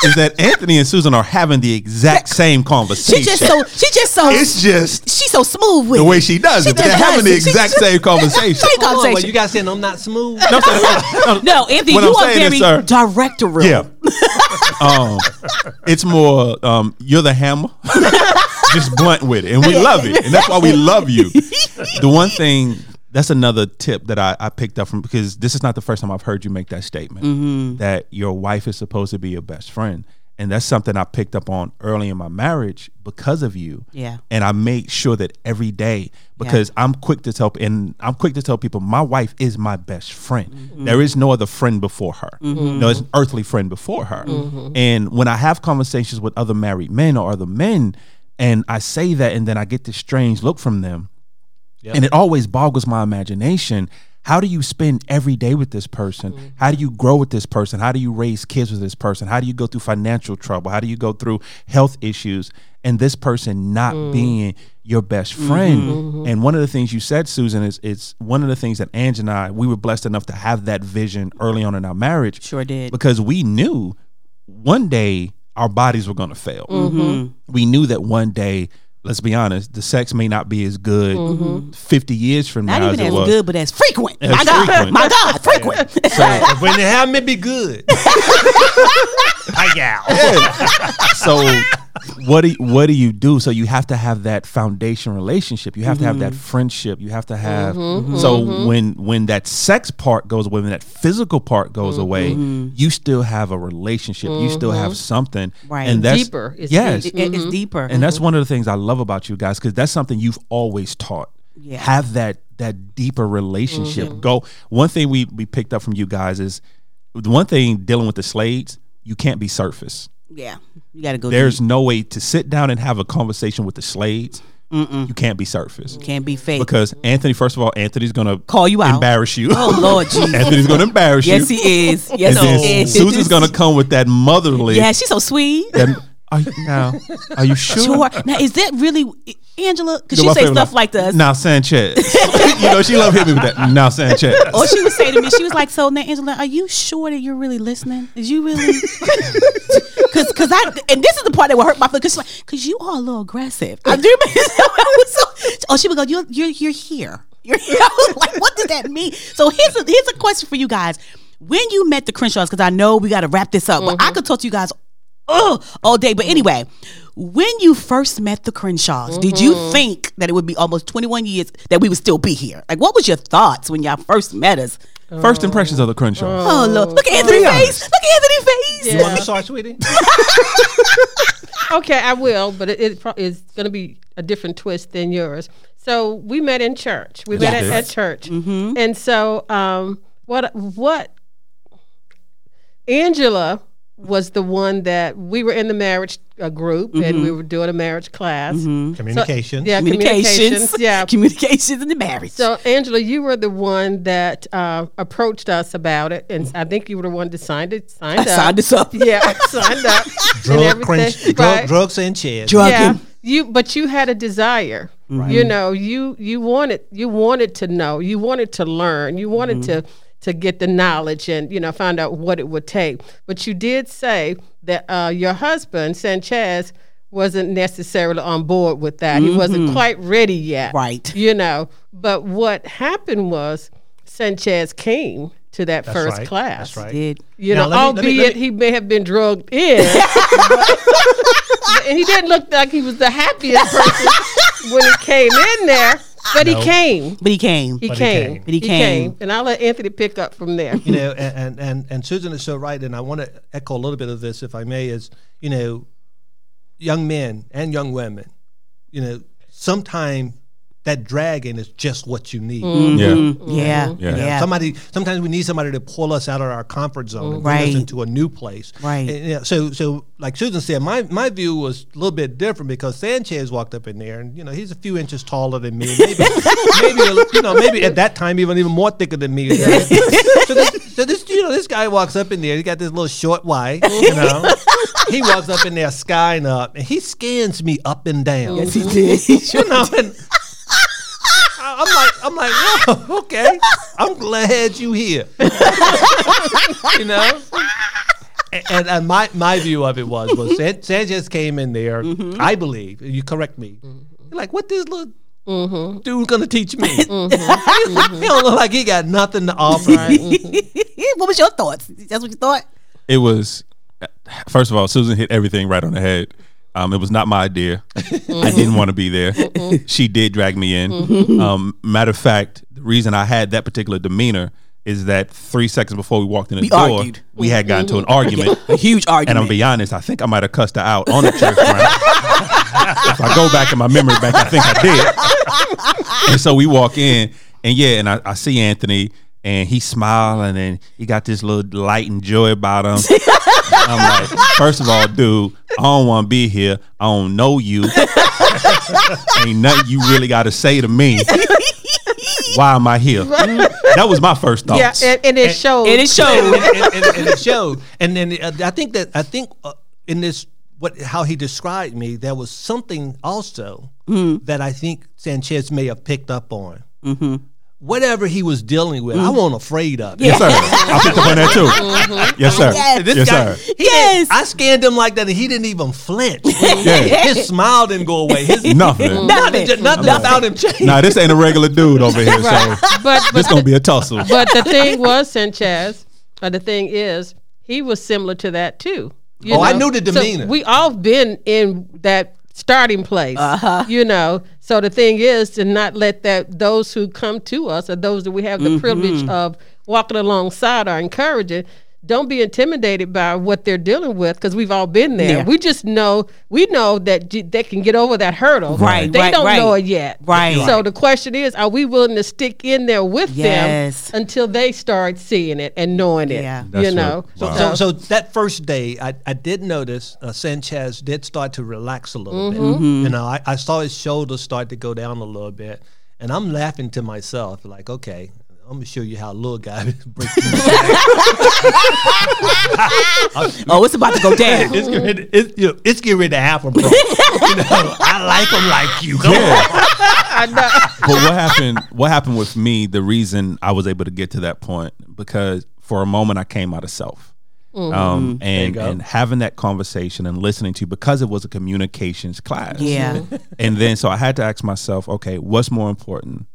Speaker 1: is that Anthony and Susan are having the exact same conversation.
Speaker 2: She just so. She just so.
Speaker 1: it's just
Speaker 2: She's so smooth with
Speaker 1: the way
Speaker 2: it.
Speaker 1: she does
Speaker 2: She
Speaker 1: it. They're
Speaker 2: just
Speaker 1: having
Speaker 2: does
Speaker 1: the
Speaker 2: it. She
Speaker 1: exact
Speaker 2: just-
Speaker 1: same conversation.
Speaker 2: Same
Speaker 4: Oh, well,
Speaker 2: conversation.
Speaker 4: you guys saying I'm not smooth.
Speaker 1: No, I'm saying- no,
Speaker 2: no, Anthony,
Speaker 1: What
Speaker 2: you
Speaker 1: I'm
Speaker 2: are
Speaker 1: saying
Speaker 2: very
Speaker 1: is, sir-
Speaker 2: directorial.
Speaker 1: Yeah. um, it's more um, you're the hammer. Just blunt with it. And we love it. And that's why we love you. The one thing that's another tip that I, I picked up from because this is not the first time I've heard you make that statement that your wife is supposed to be your best friend. And that's something I picked up on early in my marriage because of you.
Speaker 2: Yeah.
Speaker 1: And I make sure that every day because I'm quick to tell and I'm quick to tell people my wife is my best friend. There is no other friend before her. No, it's an earthly friend before her. And when I have conversations with other married men or other men, and I say that, and then I get this strange look from them, and it always boggles my imagination. How do you spend every day with this person? How do you grow with this person? How do you raise kids with this person? How do you go through financial trouble? How do you go through health issues? And this person not being your best friend. And one of the things you said, Susan, is it's one of the things that Ange and I, we were blessed enough to have that vision early on in our marriage.
Speaker 2: Sure did.
Speaker 1: Because we knew one day our bodies were going to fail.
Speaker 2: Mm-hmm.
Speaker 1: We knew that one day, let's be honest, the sex may not be as good 50 years from
Speaker 2: Mm-hmm. Not
Speaker 1: now
Speaker 2: even
Speaker 1: as
Speaker 2: as
Speaker 1: it was.
Speaker 2: good, but as frequent.
Speaker 1: As
Speaker 2: my God,
Speaker 1: frequent.
Speaker 2: my God, frequent.
Speaker 4: But when they have me be good. I gal.
Speaker 1: so what do you, what do you do? So you have to have that foundation relationship. You have to have that
Speaker 2: Mm-hmm.
Speaker 1: friendship. You have to have so when when that sex part goes away, when that physical part goes
Speaker 2: Mm-hmm.
Speaker 1: away, you still have a relationship. You still have something.
Speaker 2: Right.
Speaker 1: And that's
Speaker 3: Deeper. It's
Speaker 1: yes.
Speaker 2: It- it- It's Mm-hmm. deeper.
Speaker 1: And that's one of the things I love about you guys because that's something you've always taught.
Speaker 2: Yeah. Mm-hmm.
Speaker 1: Have that that deeper relationship. Go. One thing we we picked up from you guys is the one thing dealing with the Slades, you can't be surface.
Speaker 2: yeah, you got to go.
Speaker 1: There's no way to sit down and have a conversation with the Slades. You can't be surface.
Speaker 2: deep. can't be fake.
Speaker 1: Because Anthony, first of all, Anthony's gonna
Speaker 2: Mm-hmm. Call you out.
Speaker 1: embarrass you.
Speaker 2: Oh Lord, Jesus.
Speaker 1: Anthony's gonna embarrass
Speaker 2: yes,
Speaker 1: you.
Speaker 2: he is.
Speaker 1: and
Speaker 2: Yes,
Speaker 1: then
Speaker 2: he is.
Speaker 1: Susan's gonna come with that motherly.
Speaker 2: Yeah, she's so sweet.
Speaker 1: that- are you, now, are you sure?
Speaker 2: Sure. Now, is that really Angela? Because
Speaker 1: You
Speaker 2: she
Speaker 1: know, my
Speaker 2: say
Speaker 1: favorite
Speaker 2: stuff
Speaker 1: line,
Speaker 2: like this.
Speaker 1: Now Sanchez. you know, she love hitting me with that. Now Sanchez.
Speaker 2: Or she would say to me, she was like, "So now, Angela, are you sure that you're really listening? Is you really?" Because, because I, and this is the part that would hurt my feelings. Because like, because you are a little aggressive. I do. I was so, oh, she would go, "You're, you're, you're here." You're here. I was like, "What did that mean?" So here's a, here's a question for you guys. When you met the Crenshaws, because I know we got to wrap this up, but I could talk to you guys ugh, all day. But anyway, when you first met the Crenshaws, did you think that it would be almost 21 years that we would still be here? Like, what was your thoughts when y'all first met us?
Speaker 1: First impressions of the Crenshaw.
Speaker 2: Oh, Lord. Look at Anthony's face. Look at Anthony's face.
Speaker 4: You want me sorry, sweetie?
Speaker 3: okay i will but it, it pro- it's going to be a different twist than yours so we met in church we met at,
Speaker 1: Yes.
Speaker 3: at church
Speaker 2: Mm-hmm.
Speaker 3: and so um, what what angela was the one that we were in the marriage uh, group
Speaker 2: Mm-hmm.
Speaker 3: and we were doing a marriage class
Speaker 4: Communication.
Speaker 3: yeah
Speaker 2: Communications.
Speaker 3: communications yeah
Speaker 2: Communications and the marriage.
Speaker 3: So, Angela, you were the one that uh, approached us about it, and I think you were the one that signed it. Signed
Speaker 2: I
Speaker 3: up.
Speaker 2: signed us up.
Speaker 3: Yeah, I signed up. and
Speaker 4: Drug,
Speaker 3: everything,
Speaker 4: cringe, drug,
Speaker 3: right?
Speaker 4: drugs and chairs.
Speaker 2: Drug
Speaker 3: yeah,
Speaker 2: him.
Speaker 3: you. But you had a desire. You know, you you wanted you wanted to know. You wanted to learn. You wanted
Speaker 4: Mm-hmm.
Speaker 3: to to get the knowledge and you know find out what it would take. But you did say that uh, your husband Sanchez wasn't necessarily on board with that. He
Speaker 4: Mm-hmm.
Speaker 3: wasn't quite ready yet.
Speaker 2: Right.
Speaker 3: You know, but what happened was Sanchez came to that first
Speaker 4: right.
Speaker 3: class.
Speaker 4: That's right.
Speaker 2: Did
Speaker 3: You
Speaker 4: Now,
Speaker 3: know,
Speaker 4: let
Speaker 3: albeit
Speaker 4: me- let me- let me-
Speaker 3: he may have been drugged in. and he didn't look like he was the happiest person when he came in there, but
Speaker 4: No.
Speaker 3: he came.
Speaker 2: but he came.
Speaker 3: He
Speaker 4: But he
Speaker 3: came.
Speaker 4: came.
Speaker 2: But he came.
Speaker 3: And I'll let Anthony pick up from there.
Speaker 4: you know, and, and and and Susan is so right, and I want to echo a little bit of this, if I may, is you know, young men and young women, you know, sometime that dragon is just what you need.
Speaker 3: Mm.
Speaker 2: Mm-hmm.
Speaker 1: Yeah. Yeah.
Speaker 2: Yeah. Yeah.
Speaker 3: Mm-hmm.
Speaker 4: You know, Somebody sometimes we need somebody to pull us out of our comfort zone and bring
Speaker 2: Right.
Speaker 4: us into a new place.
Speaker 2: Right.
Speaker 4: And, yeah, so so like Susan said, my my view was a little bit different because Sanchez walked up in there and you know he's a few inches taller than me. Maybe, maybe a li- you know maybe at that time even even more thicker than me. so, this, so this you know this guy walks up in there. He got this little short Y. You know. He walks up in there, skying up, and he scans me up and down
Speaker 2: Yes, he did. He sure
Speaker 4: you know, and I- I'm like, I'm like, whoa, okay. I'm glad you here. you know. And, and, and my, my view of it was was San- Sanchez came in there. I believe you correct me. Like what this little dude gonna teach me? he don't look like he got nothing to offer.
Speaker 3: Mm-hmm.
Speaker 2: what was your thoughts? That's what you thought?
Speaker 1: It was first of all, Susan hit everything right on the head. Um, it was not my idea.
Speaker 2: Mm-hmm.
Speaker 1: I didn't want to be there. she did drag me in. Um, matter of fact, the reason I had that particular demeanor is that three seconds before we walked in the
Speaker 2: We
Speaker 1: door,
Speaker 2: argued. Mm-hmm.
Speaker 1: we had gotten to an argument.
Speaker 2: A huge
Speaker 1: And
Speaker 2: argument.
Speaker 1: I'm gonna be honest, I think I might have cussed her out on the church front. if I go back in my memory bank, I think I did. And so we walk in, and yeah, and I, I see Anthony, and he's smiling, and he got this little light and joy about him. I'm like, first of all, dude, I don't want to be here. I don't know you. Ain't nothing you really got to say to me. Why am I here? That was my first
Speaker 3: Yeah,
Speaker 1: thoughts.
Speaker 3: and, and it showed.
Speaker 2: and it showed.
Speaker 4: and, and, and- and it showed. And then uh, I think that I think uh, in this what how he described me, there was something also that I think Sanchez may have picked up on. Whatever he was dealing with, I wasn't afraid of. it.
Speaker 1: yes, sir. I picked up on that too.
Speaker 3: Mm-hmm.
Speaker 1: Yes, sir. Yes,
Speaker 2: Yes.
Speaker 4: This guy,
Speaker 1: sir.
Speaker 4: he
Speaker 2: Yes.
Speaker 4: didn't- I scanned him like that, and he didn't even flinch.
Speaker 1: Yeah.
Speaker 4: His smile didn't go away. His
Speaker 1: Nothing.
Speaker 2: Nothing.
Speaker 4: Nothing, about him changed.
Speaker 1: Nah, this ain't a regular dude over here. So
Speaker 3: but but,
Speaker 1: this gonna be a tussle.
Speaker 3: but the thing was Sanchez, or the thing is, he was similar to that too. you
Speaker 4: Oh, I knew the
Speaker 3: So
Speaker 4: demeanor.
Speaker 3: we all been in that starting place,
Speaker 2: Uh-huh.
Speaker 3: you know. So the thing is to not let that those who come to us or those that we have
Speaker 4: Mm-hmm.
Speaker 3: the privilege of walking alongside or encouraging. Don't be intimidated by what they're dealing with because we've all been there.
Speaker 2: Yeah.
Speaker 3: We just know we know that j- they can get over that hurdle.
Speaker 2: Right,
Speaker 3: They
Speaker 2: right,
Speaker 3: don't
Speaker 2: right.
Speaker 3: know it yet.
Speaker 2: Right.
Speaker 3: So the question is, are we willing to stick in there with
Speaker 2: Yes.
Speaker 3: them until they start seeing it and knowing it?
Speaker 2: Yeah.
Speaker 1: That's
Speaker 3: you know.
Speaker 1: right.
Speaker 4: So, so, so that first day, I, I did notice uh, Sanchez did start to relax a little
Speaker 2: Mm-hmm.
Speaker 4: bit. You know, I, I saw his shoulders start to go down a little bit, and I'm laughing to myself, like, okay, I'm gonna show you how little guy breaks.
Speaker 2: oh, it's about to go down.
Speaker 4: it's getting ready, it's, you know, it's getting ready to happen, bro. you know, I like him like you. Come on.
Speaker 1: but what happened what happened with me the reason i was able to get to that point because for a moment i came out of self um, and,
Speaker 4: go.
Speaker 1: and having that conversation and listening to because it was a communications class
Speaker 2: Yeah.
Speaker 1: and then so i had to ask myself okay what's more important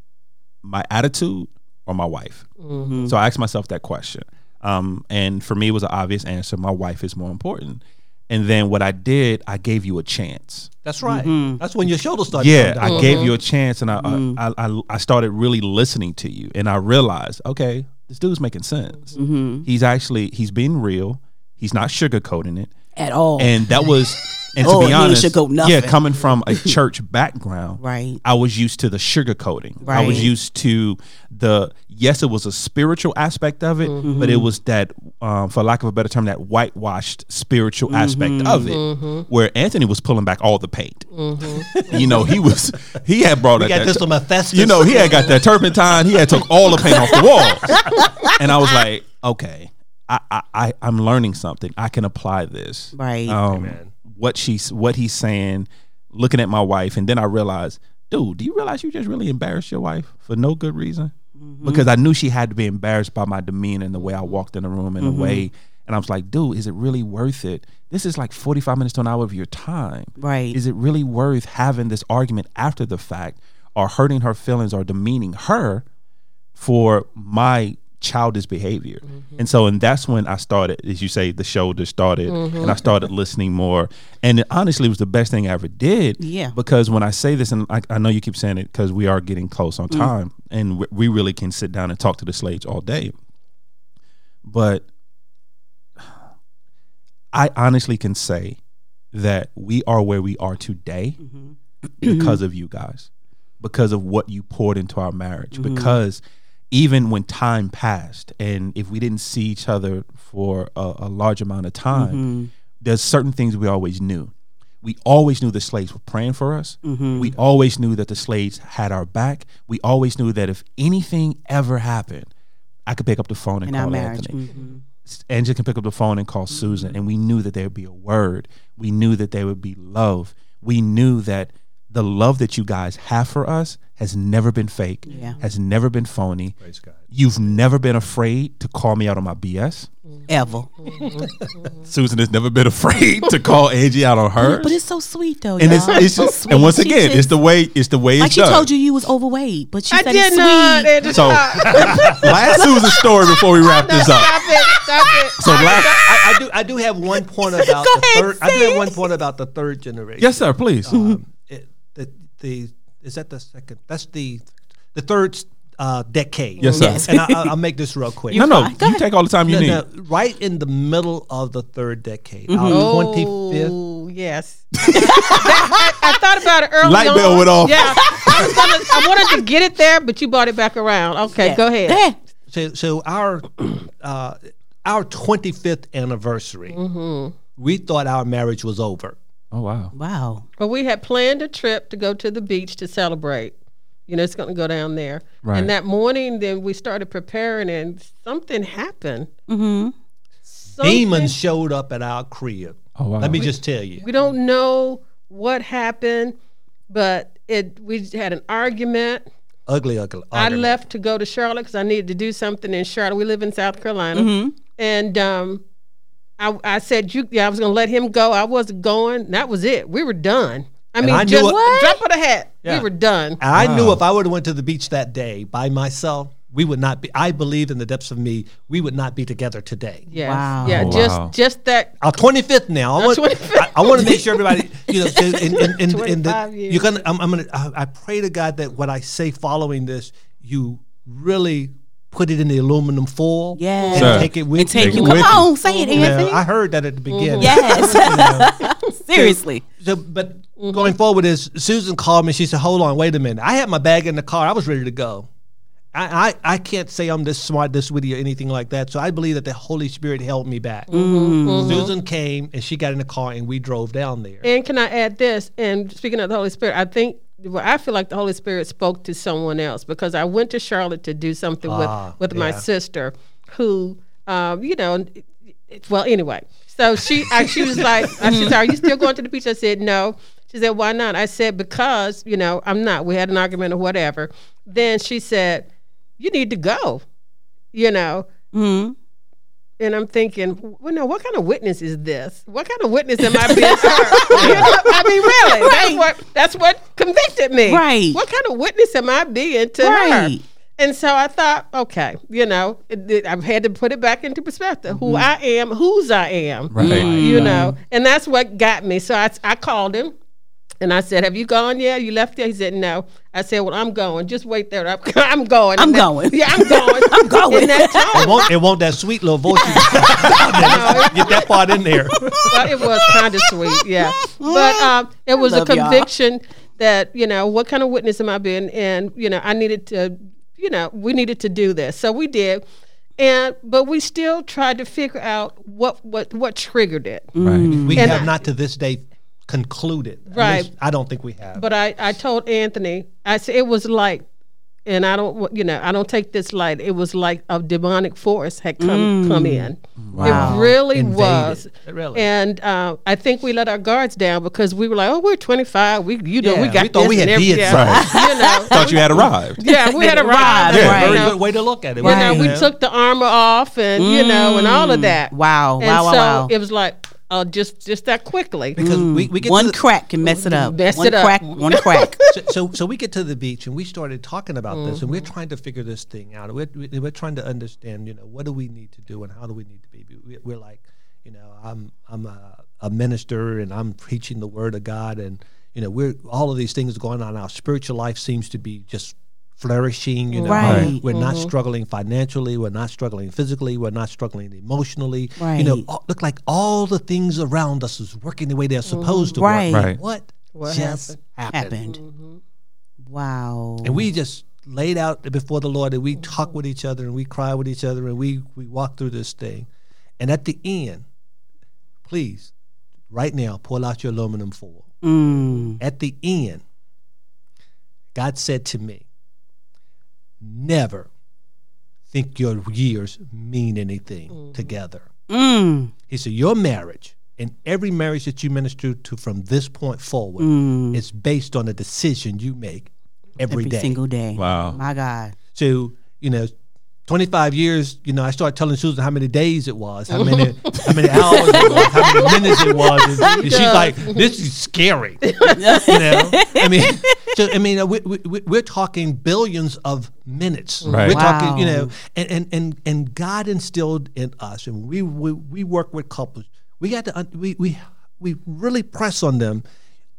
Speaker 1: my attitude or my wife so i asked myself that question um, and for me it was an obvious answer my wife is more important and then what i did i gave you a chance
Speaker 4: That's right.
Speaker 2: Mm-hmm.
Speaker 4: That's when your shoulders start.
Speaker 1: yeah,
Speaker 4: to come
Speaker 1: I
Speaker 4: down.
Speaker 1: gave you a chance, and I, uh, I, I I started really listening to you, and I realized, okay, this dude's making sense. He's actually he's being real. He's not sugarcoating it,
Speaker 2: At all.
Speaker 1: and that was. And
Speaker 2: Oh,
Speaker 1: to
Speaker 2: he
Speaker 1: be
Speaker 2: ain't
Speaker 1: honest,
Speaker 2: sugarcoat
Speaker 1: yeah,
Speaker 2: nothing.
Speaker 1: coming from a church background,
Speaker 2: Right.
Speaker 1: I was used to the sugarcoating. I
Speaker 2: Right.
Speaker 1: was used to the yes, it was a spiritual aspect of it,
Speaker 2: Mm-hmm.
Speaker 1: but it was that, um, for lack of a better term, that whitewashed spiritual
Speaker 2: Mm-hmm.
Speaker 1: aspect of it, where Anthony was pulling back all the paint.
Speaker 2: Mm-hmm.
Speaker 1: you know, he was he had brought out
Speaker 4: got
Speaker 1: that
Speaker 4: this from Hephaestus.
Speaker 1: You know, he had got that turpentine. He had took all the paint off the walls, and I was like, okay. I, I, I, I'm learning something. I can apply this
Speaker 2: Right.
Speaker 1: um, what she's what he's saying, looking at my wife, and then I realized, dude, do you realize you just really embarrassed your wife for no good reason? Because I knew she had to be embarrassed by my demeanor and the way I walked in the room and the way And I was like, dude, is it really worth it? This is like 45 minutes to an hour of your time.
Speaker 2: Right.
Speaker 1: Is it really worth having this argument after the fact or hurting her feelings or demeaning her for my childish behavior? And so, and that's when I started, as you say, the shoulder started and I started listening more. And it honestly was the best thing I ever did.
Speaker 2: Yeah.
Speaker 1: Because when I say this, and I, I know you keep saying it because we are getting close on time and we, we really can sit down and talk to the slaves all day. But I honestly can say that we are where we are today
Speaker 2: Mm-hmm.
Speaker 1: because of you guys, because of what you poured into our marriage,
Speaker 2: Mm-hmm.
Speaker 1: because even when time passed and if we didn't see each other for a, a large amount of time,
Speaker 2: Mm-hmm.
Speaker 1: there's certain things we always knew. We always knew the slaves were praying for us.
Speaker 2: Mm-hmm.
Speaker 1: We always knew that the slaves had our back. We always knew that if anything ever happened, I could pick up the phone and
Speaker 2: in our
Speaker 1: call
Speaker 2: marriage.
Speaker 1: Anthony.
Speaker 2: Mhm.
Speaker 1: Angela can pick up the phone and call
Speaker 2: Mm-hmm.
Speaker 1: Susan. And we knew that there would be a word. We knew that there would be love. We knew that the love that you guys have for us has never been fake,
Speaker 2: Yeah.
Speaker 1: has never been phony.
Speaker 4: Praise God.
Speaker 1: You've never been afraid to call me out on my BS.
Speaker 2: Ever.
Speaker 3: Mm-hmm.
Speaker 1: Susan has never been afraid to call Angie out on her.
Speaker 2: Mm-hmm. But it's so sweet though.
Speaker 1: and it's,
Speaker 2: y'all.
Speaker 1: it's
Speaker 2: so
Speaker 1: just,
Speaker 2: sweet.
Speaker 1: and once
Speaker 2: She
Speaker 1: again,
Speaker 2: just-
Speaker 1: it's the way it's the way it's
Speaker 2: like she
Speaker 1: done.
Speaker 2: told you you was overweight, but she
Speaker 3: I
Speaker 2: said
Speaker 3: did
Speaker 2: it's
Speaker 3: not.
Speaker 2: sweet.
Speaker 3: It is
Speaker 1: so
Speaker 3: not.
Speaker 1: last Susan's story before we wrap this up.
Speaker 3: Stop it. Stop it.
Speaker 1: So last,
Speaker 4: I, I do. I do have one point about
Speaker 2: Go
Speaker 4: the
Speaker 2: ahead,
Speaker 4: third. I do
Speaker 2: say
Speaker 4: have
Speaker 2: it.
Speaker 4: one point about the third generation.
Speaker 1: yes, sir. Please.
Speaker 4: Um, it, the, the is that the second? That's the the third uh, decade.
Speaker 1: Yes, sir.
Speaker 2: Yes.
Speaker 4: And I, I- I'll make this real quick.
Speaker 1: no, no.
Speaker 2: fine. Go
Speaker 1: You
Speaker 2: ahead.
Speaker 1: take all the time you
Speaker 4: No,
Speaker 1: need. Mm-hmm.
Speaker 4: no, right in the middle of the third decade, our twenty fifth.
Speaker 3: Oh, yes. That- I, I thought about it earlier.
Speaker 1: Light bell went off.
Speaker 3: Yeah. I, was gonna, I wanted to get it there, but you brought it back around. Okay, go ahead.
Speaker 2: Go ahead.
Speaker 4: So, so our uh, our twenty fifth anniversary,
Speaker 3: Mm-hmm.
Speaker 4: we thought our marriage was over.
Speaker 1: Oh wow.
Speaker 2: Wow.
Speaker 3: Well, we had planned a trip to go to the beach to celebrate. You know, it's going to go down there.
Speaker 1: Right.
Speaker 3: And that morning, then we started preparing, and something happened.
Speaker 2: Mm-hmm.
Speaker 3: Something-
Speaker 4: Demons showed up at our crib.
Speaker 1: Oh wow.
Speaker 4: Let me just tell you.
Speaker 3: We don't know what happened, but it. We had an argument.
Speaker 4: ugly, ugly.
Speaker 3: I
Speaker 4: ugly.
Speaker 3: left to go to Charlotte because I needed to do something in Charlotte. We live in South Carolina,
Speaker 4: Mm-hmm.
Speaker 3: and um, I, I said you. Yeah, I was going to let him go. I wasn't going. That was it. We were done. I mean,
Speaker 4: I knew
Speaker 3: just
Speaker 4: it- What?
Speaker 3: drop of the hat.
Speaker 4: Yeah.
Speaker 3: We were done.
Speaker 4: And I knew if I would have went to the beach that day by myself, we would not be. I believed in the depths of me, we would not be together today.
Speaker 3: Yes.
Speaker 2: Wow.
Speaker 3: Yeah.
Speaker 1: Oh,
Speaker 3: just
Speaker 1: wow.
Speaker 3: just that.
Speaker 4: Our twenty fifth now. I want,
Speaker 3: 25th.
Speaker 4: I, I want to make sure everybody, you know, so in, in, in, in, the,
Speaker 3: 25 years.
Speaker 4: you're gonna. I'm, I'm gonna. I, I pray to God that what I say following this, you really put it in the aluminum foil.
Speaker 2: Yeah.
Speaker 4: and
Speaker 1: Sir.
Speaker 4: take it with
Speaker 2: And take
Speaker 1: Take
Speaker 2: you.
Speaker 1: it
Speaker 2: Come
Speaker 1: with you.
Speaker 2: on, say it,
Speaker 4: You know,
Speaker 2: Anthony. Mm-hmm.
Speaker 4: I heard that at the beginning.
Speaker 2: yes. Seriously.
Speaker 4: So, but going forward is Susan called me. She said, "Hold on, wait a minute. I had my bag in the car. I was ready to go. I, I, I can't say I'm this smart, this witty, or anything like that. So I believe that the Holy Spirit held me back.
Speaker 3: Mm-hmm.
Speaker 4: Susan came and she got in the car and we drove down there.
Speaker 3: And can I add this? And speaking of the Holy Spirit, I think well, I feel like the Holy Spirit spoke to someone else because I went to Charlotte to do something
Speaker 4: Ah,
Speaker 3: with with my
Speaker 4: yeah.
Speaker 3: sister, who, um, you know, well anyway. So she, I, she was like, I, she said, "Are you still going to the beach?" I said, "No." She said, "Why not?" I said, "Because you know, I'm not. We had an argument or whatever." Then she said, "You need to go," you know.
Speaker 2: Mm-hmm.
Speaker 3: and I'm thinking, well, no, what kind of witness is this? What kind of witness am I being served? You know, I mean,
Speaker 2: Right.
Speaker 3: really, that's what that's what convicted me.
Speaker 2: Right.
Speaker 3: What kind of witness am I being to her?
Speaker 2: Right.
Speaker 3: And so I thought, okay, you know, it, it- I've had to put it back into perspective: who I
Speaker 2: Mm-hmm.
Speaker 3: am, whose I am.
Speaker 1: Right.
Speaker 3: You know, and that's what got me. So I, I called him. And I said, "Have you gone yet? You left yet?" He said, "No." I said, "Well, I'm going. Just wait there. I'm, I'm going.
Speaker 2: I'm
Speaker 3: And that-
Speaker 2: going.
Speaker 3: Yeah, I'm going. I'm
Speaker 2: going.
Speaker 3: And that tone,
Speaker 4: It won't, it won't that sweet little voice. You get that part in there.
Speaker 3: well, it was kind of sweet, yeah. But um, it was a
Speaker 2: love y'all.
Speaker 3: conviction that you know what kind of witness am I being, and you know I needed to, you know, we needed to do this, so we did, and but we still tried to figure out what what what triggered it.
Speaker 1: right.
Speaker 4: We
Speaker 3: And
Speaker 4: have
Speaker 3: I-
Speaker 4: not to this day concluded. At
Speaker 3: Right.
Speaker 4: least I don't think we have.
Speaker 3: But I I told Anthony, I said it was like and I don't, you know, I don't take this light. It was like a demonic force had come come in. It really
Speaker 4: Mm. Invaded.
Speaker 3: was.
Speaker 4: It really-
Speaker 3: And uh, I think we let our guards down because we were like, oh, we're 25. We, you know, we
Speaker 4: Yeah,
Speaker 3: got
Speaker 4: we thought
Speaker 3: this
Speaker 4: we
Speaker 3: and
Speaker 4: had
Speaker 3: everything.
Speaker 4: deities.
Speaker 3: You know,
Speaker 1: Thought you had arrived.
Speaker 3: yeah, we had arrived.
Speaker 2: Right,
Speaker 3: you
Speaker 2: right.
Speaker 4: Very
Speaker 3: know.
Speaker 4: good way to look at it.
Speaker 3: You know, we took the armor off and you know, and all of
Speaker 4: Mm.
Speaker 3: that.
Speaker 2: Wow,
Speaker 3: And
Speaker 2: wow, wow,
Speaker 3: so
Speaker 2: wow.
Speaker 3: it was like uh, just just that quickly.
Speaker 4: because we, we get to
Speaker 2: One
Speaker 4: the-
Speaker 2: crack can mess it up.
Speaker 3: Mess
Speaker 2: one
Speaker 3: it up.
Speaker 2: crack, one crack.
Speaker 4: so, so so we get to the beach and we started talking about this and we're trying to figure this thing out. We're, we- we're trying to understand, you know, what do we need to do and how do we need to be? We- We're like, you know, I'm I'm a, a minister and I'm preaching the word of God and you know we're all of these things going on. Our spiritual life seems to be just flourishing. You know,
Speaker 2: Right.
Speaker 4: we're not struggling financially. We're not struggling physically. We're not struggling emotionally. You know,
Speaker 2: Right.
Speaker 4: all, look like all the things around us is working the way they're supposed to
Speaker 2: Right.
Speaker 1: Right.
Speaker 4: work. What,
Speaker 3: What Mm-hmm.
Speaker 4: just happened?
Speaker 2: Happened. Wow.
Speaker 4: And we just laid out before the Lord and we talked with each other and we cried with each other and we, we walked through this thing. And at the end, please, right now, pull out your aluminum foil.
Speaker 2: Mm.
Speaker 4: At the end, God said to me, never think your years mean anything together.
Speaker 2: Mm.
Speaker 4: He said, Your marriage and every marriage that you minister to from this point forward is based on a decision you make
Speaker 2: Mm. Every
Speaker 4: every day.
Speaker 2: single day.
Speaker 1: Wow.
Speaker 2: My God.
Speaker 4: So, you know, 25 years, you know, I started telling Susan how many days it was, how many, how many hours it was, how many minutes it was. And, and she's like, this is scary. you know, I mean, so, I mean, uh, we, we, we- we're talking billions of minutes.
Speaker 1: Right.
Speaker 4: We're
Speaker 2: Wow.
Speaker 4: talking, you know, and, and, and, and God instilled in us, and we, we, we work with couples. We got to, un- we, we, we really press on them.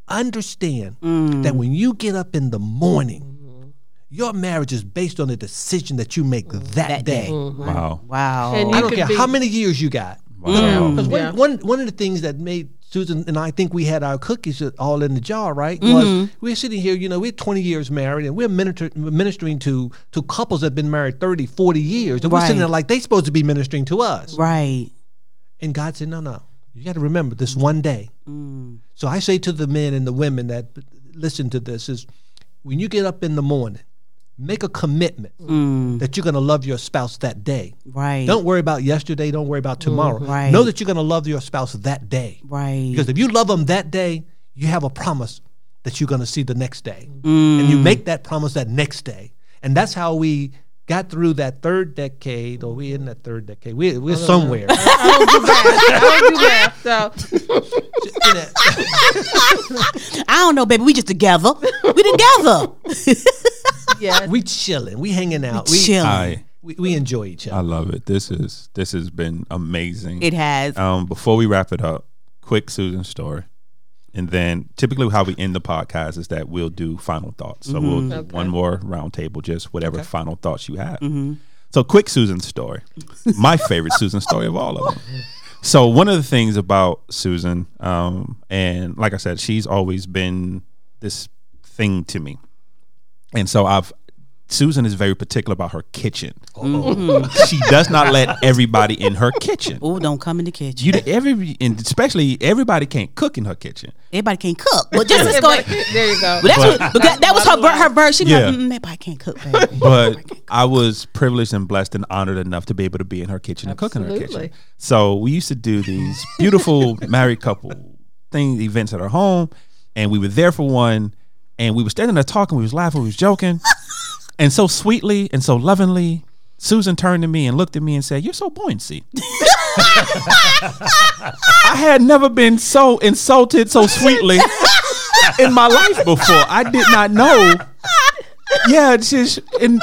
Speaker 4: Understand that when you get up in the morning, your marriage is based on a decision that you make that, day.
Speaker 1: Wow.
Speaker 2: Wow.
Speaker 3: And
Speaker 4: I
Speaker 3: you
Speaker 4: don't
Speaker 3: Mm-hmm. could
Speaker 4: care
Speaker 3: be-
Speaker 4: how many years you got.
Speaker 1: Wow.
Speaker 4: Because
Speaker 3: Yeah.
Speaker 4: one, one, one of the things that made Susan and I think we had our cookies all in the jar, right?
Speaker 2: Mm-hmm.
Speaker 4: Was we're sitting here, you know, we're 20 years married and we're minister, ministering to to couples that have been married 30, 40 years. And we're sitting
Speaker 2: Right.
Speaker 4: there like they supposed to be ministering to us.
Speaker 2: right.
Speaker 4: And God said, no, no, you got to remember this one day.
Speaker 2: Mm.
Speaker 4: So I say to the men and the women that listen to this is when you get up in the morning, make a commitment
Speaker 2: Mm.
Speaker 4: that you're going to love your spouse that day.
Speaker 2: Right. Mm,
Speaker 4: Don't worry about yesterday. Don't worry about tomorrow.
Speaker 2: Right.
Speaker 4: Know that you're going to love your spouse that day.
Speaker 2: Right.
Speaker 4: Because if you love them that day, you have a promise that you're going to see the next day.
Speaker 2: Mm.
Speaker 4: And you make that promise that next day. And that's how we got through that third decade, or we in that third decade. We,
Speaker 2: Oh,
Speaker 4: we're somewhere.
Speaker 3: I don't do math. I don't do math. So
Speaker 4: You know,
Speaker 2: I don't know, baby. We just together. We together.
Speaker 3: yes.
Speaker 4: we chilling. We hanging out. We,
Speaker 2: Chill.
Speaker 1: I
Speaker 4: we, we enjoy each
Speaker 1: I
Speaker 4: other.
Speaker 1: love it. This is this has been amazing.
Speaker 2: It has.
Speaker 4: Uh,
Speaker 1: um, before we wrap it up, quick Susan story. And then typically how we end the podcast is that we'll do final thoughts. So we'll do one more round table, just whatever final thoughts you have. So quick Susan story. My favorite Susan story of all of them. So one of the things about Susan, um, and like I said, she's always been this thing to me. And so I've Susan is very particular about her kitchen. she does not let everybody in her kitchen.
Speaker 2: oh, don't come in the kitchen.
Speaker 1: You did- every and especially everybody can't cook in her kitchen.
Speaker 2: Everybody can't cook. Well, just as going.
Speaker 3: Everybody- there you go.
Speaker 2: But that's what, but that, that was her bir- her birth. She
Speaker 1: Yeah.
Speaker 2: like, mm, everybody can't cook, baby.
Speaker 1: But I was privileged and blessed and honored enough to be able to be in her kitchen and cook in her
Speaker 3: Absolutely.
Speaker 1: kitchen. So we used to do these beautiful married couple thing events at her home, and we were there for one, and we were standing there talking, we was laughing, we was joking, and so sweetly and so lovingly, Susan turned to me and looked at me and said, "You're so buoyancy." I had never been so insulted so sweetly in my life before. I did not know. Yeah, it's just and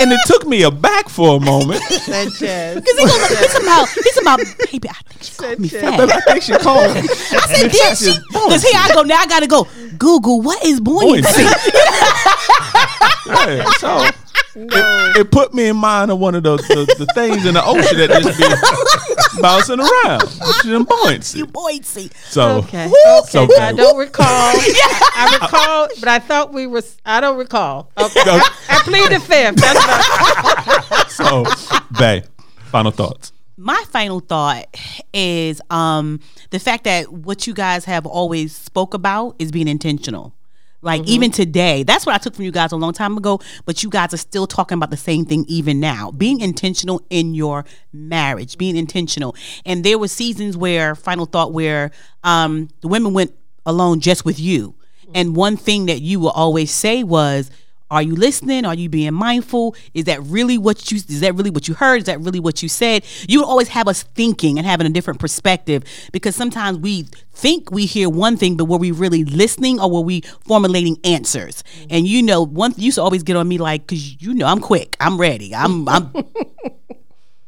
Speaker 1: and it took me aback for a moment.
Speaker 3: Sanchez.
Speaker 2: Because he goes, he's about, he's about, baby. I think she called me fat.
Speaker 1: But I think she called. me.
Speaker 2: I said, did she? Because here I go now. I gotta go. Google what is buoyancy?
Speaker 1: Yeah, so it, it put me in mind of one of those the, the things in the ocean that just be bouncing around, which is in buoyancy.
Speaker 2: buoyancy.
Speaker 1: So
Speaker 3: Okay.
Speaker 1: so
Speaker 3: Okay. I
Speaker 1: good.
Speaker 3: don't recall. I recall, but I thought we were. I don't recall. Okay.
Speaker 1: No.
Speaker 3: I, I plead the fifth. That's not,
Speaker 1: so bae, final thoughts.
Speaker 2: my final thought is um, the fact that what you guys have always spoke about is being intentional Like even today, that's what I took from you guys a long time ago, but you guys are still talking about the same thing even now. Being intentional in your marriage, being intentional. And there were seasons where final thought where um the women went alone just with you. And one thing that you will always say was, are you listening? Are you being mindful? Is that really what you is that really what you heard? Is that really what you said? You would always have us thinking and having a different perspective because sometimes we think we hear one thing, but were we really listening or were we formulating answers? And you know, one you used to always get on me like, cause you know I'm quick, I'm ready, I'm I'm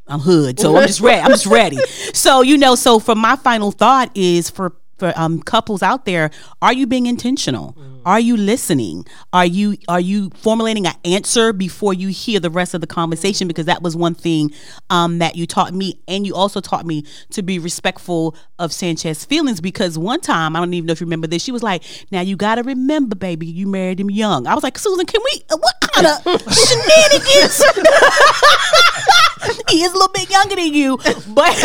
Speaker 2: I'm hood, so I'm just ready. I'm just ready. So you know, so for my final thought is for for um, couples out there, are you being intentional? Are you listening? Are you are you formulating an answer before you hear the rest of the conversation? Because that was one thing um, that you taught me, and you also taught me to be respectful of Sanchez's feelings. Because one time, I don't even know if you remember this, she was like, "Now you got to remember, baby, you married him young." I was like, "Susan, can we? What kind of shenanigans?" he is a little bit younger than you, but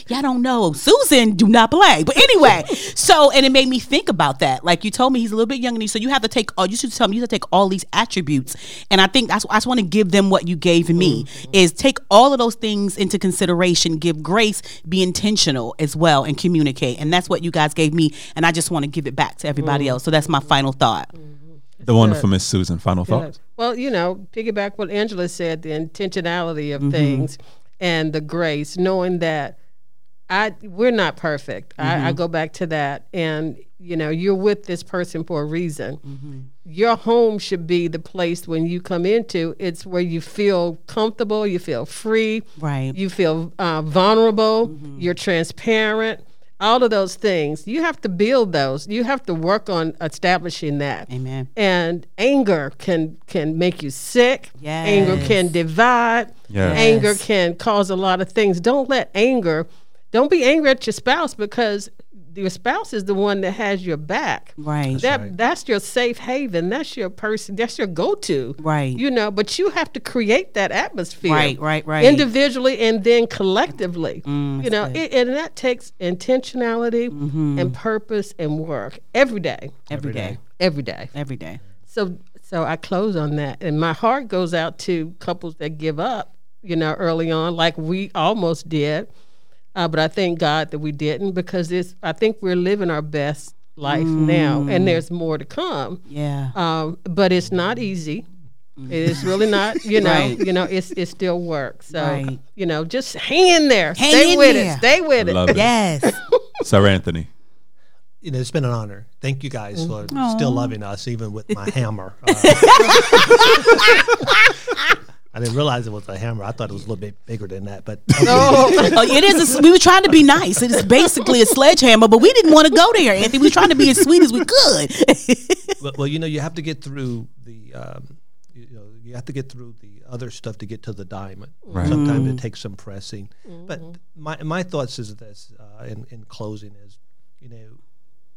Speaker 2: y'all don't know. Susan, do not play. But anyway, so and it made me think about that. Like you told me, he's a little bit younger than you, so you have to take all. You should tell me you have to take all these attributes, and I think that's I just want to give them what you gave me is take all of those things into consideration, give grace, be intentional as well, and communicate. And that's what you guys gave me, and I just want to give it back to everybody else. So that's my final thought.
Speaker 1: The wonderful Miss Susan. Final thoughts.
Speaker 3: Well, you know, piggyback what Angela said, the intentionality of things and the grace, knowing that I we're not perfect. I, I go back to that. And, you know, you're with this person for a reason. Your home should be the place when you come into it's where you feel comfortable, you feel free,
Speaker 2: Right.
Speaker 3: you feel uh, vulnerable,
Speaker 2: Mm-hmm.
Speaker 3: you're transparent. All of those things, you have to build those. You have to work on establishing that
Speaker 2: Amen.
Speaker 3: and anger can can make you sick.
Speaker 2: Yes.
Speaker 3: Anger can divide.
Speaker 1: Yes.
Speaker 3: Anger can cause a lot of things. Don't let anger don't be angry at your spouse because your spouse is the one that has your back.
Speaker 2: Right.
Speaker 3: that that's your safe haven. That's your person. That's your go-to.
Speaker 2: Right.
Speaker 3: You know, but you have to create that atmosphere.
Speaker 2: Right, right, right. Mm,
Speaker 3: Individually and then collectively. you know, it, and that takes intentionality
Speaker 2: Mm-hmm.
Speaker 3: and purpose and work every day.
Speaker 2: every day. Uh,
Speaker 3: Every day.
Speaker 2: Every day.
Speaker 3: So so I close on that, and my heart goes out to couples that give up, you know, early on, like we almost did. Uh, but I thank God that we didn't because it's. I think we're living our best life now,
Speaker 2: Mm.
Speaker 3: and there's more to come.
Speaker 2: Yeah.
Speaker 3: Um, but it's not easy. It is really not, you know,
Speaker 2: Right.
Speaker 3: you know, it's it's still work. So
Speaker 2: Right.
Speaker 3: you know, just hang in there,
Speaker 2: Hang
Speaker 3: stay
Speaker 2: in
Speaker 3: with
Speaker 2: there.
Speaker 3: it, stay with it.
Speaker 1: Love it.
Speaker 2: yes.
Speaker 1: Sir Anthony.
Speaker 4: you know, it's been an honor. Thank you guys for still loving us, even with my hammer. Uh, I didn't realize it was a hammer. I thought it was a little bit bigger than that, but
Speaker 2: Oh, it is. A, we were trying to be nice. It is basically a sledgehammer, but we didn't want to go there, Anthony. We were trying to be as sweet as we could.
Speaker 4: well, well, you know, you have to get through the, um, you know, you have to get through the other stuff to get to the diamond. Sometimes it takes some pressing. But my my thoughts is this uh, in in closing is, you know,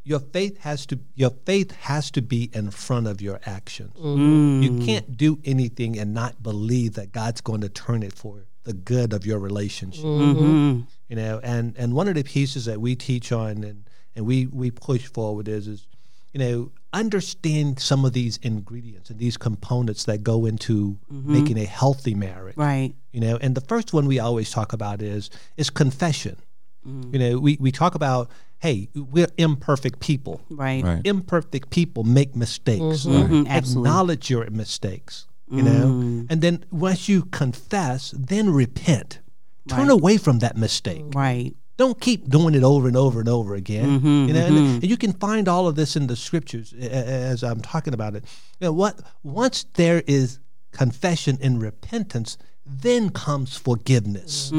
Speaker 4: your faith has to your faith has to be in front of your actions. You can't do anything and not believe that God's going to turn it for the good of your relationship you know and and one of the pieces that we teach on and and we we push forward is is you know understand some of these ingredients and these components that go into making a healthy marriage
Speaker 2: right.
Speaker 4: you know and the first one we always talk about is is confession you know we we talk about hey we're imperfect people
Speaker 2: Right.
Speaker 1: Right.
Speaker 4: imperfect people make mistakes. Acknowledge your mistakes, you know, and then once you confess, then repent. Turn away from that mistake.
Speaker 2: Right.
Speaker 4: Don't keep doing it over and over and over again. you know, and, and you can find all of this in the scriptures a- a- as I'm talking about it. You know, what once there is confession and repentance, then comes forgiveness.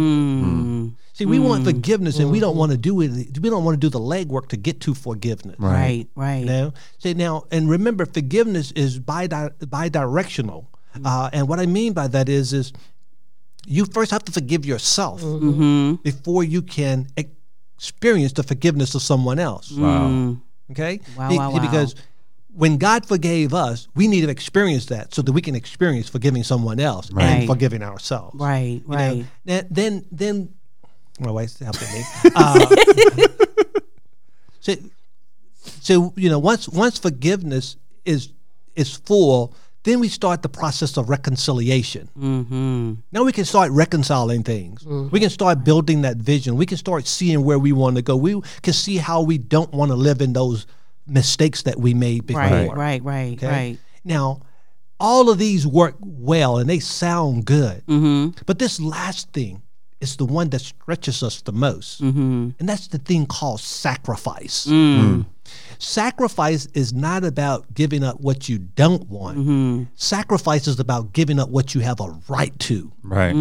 Speaker 4: See, we want forgiveness, and we don't want to do it. We don't want to do the legwork to get to forgiveness.
Speaker 2: Right. Right.
Speaker 4: You know, so now, and remember, forgiveness is bi directional.
Speaker 2: Mm-hmm.
Speaker 4: Uh, and what I mean by that is, is you first have to forgive yourself
Speaker 2: Mm-hmm.
Speaker 4: before you can ex- experience the forgiveness of someone else.
Speaker 1: Wow.
Speaker 4: Okay,
Speaker 2: Wow,
Speaker 4: Be-
Speaker 2: wow, wow.
Speaker 4: because when God forgave us, we need to experience that so that we can experience forgiving someone else
Speaker 2: Right.
Speaker 4: and forgiving ourselves.
Speaker 2: Right.
Speaker 4: You know,
Speaker 2: Right.
Speaker 4: then- then, then, my wife's helping me. Uh, so So you know, once once forgiveness is is full, then we start the process of reconciliation.
Speaker 2: Mm-hmm.
Speaker 4: Now we can start reconciling things. We can start building that vision. We can start seeing where we want to go. We can see how we don't want to live in those mistakes that we made before.
Speaker 2: Right, right, right,
Speaker 4: Okay?
Speaker 2: right.
Speaker 4: Now, all of these work well and they sound good. But this last thing is the one that stretches us the most. And that's the thing called sacrifice. Sacrifice is not about giving up what you don't want, sacrifice is about giving up what you have a right to.
Speaker 1: Right.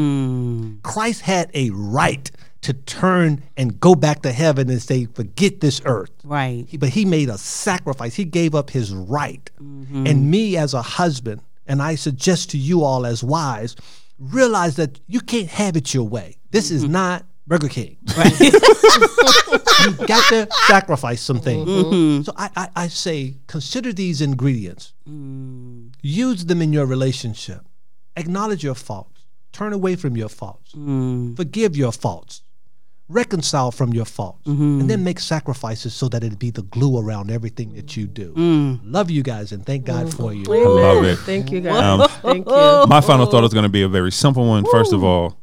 Speaker 4: Christ had a right to turn and go back to heaven and say, forget this earth.
Speaker 2: Right.
Speaker 4: He- but he made a sacrifice. He gave up his right. And me as a husband, and I suggest to you all as wives, realize that you can't have it your way. This is not Burger King. you got to sacrifice some things. So I, I, I say, consider these ingredients. Use them in your relationship. Acknowledge your faults. Turn away from your faults. Forgive your faults reconcile from your faults and then make sacrifices so that it be the glue around everything that you do. Love you guys and thank God for you.
Speaker 1: love it.
Speaker 3: Thank you guys.
Speaker 1: Um,
Speaker 3: Thank you.
Speaker 1: my final thought is going to be a very simple one. First of all,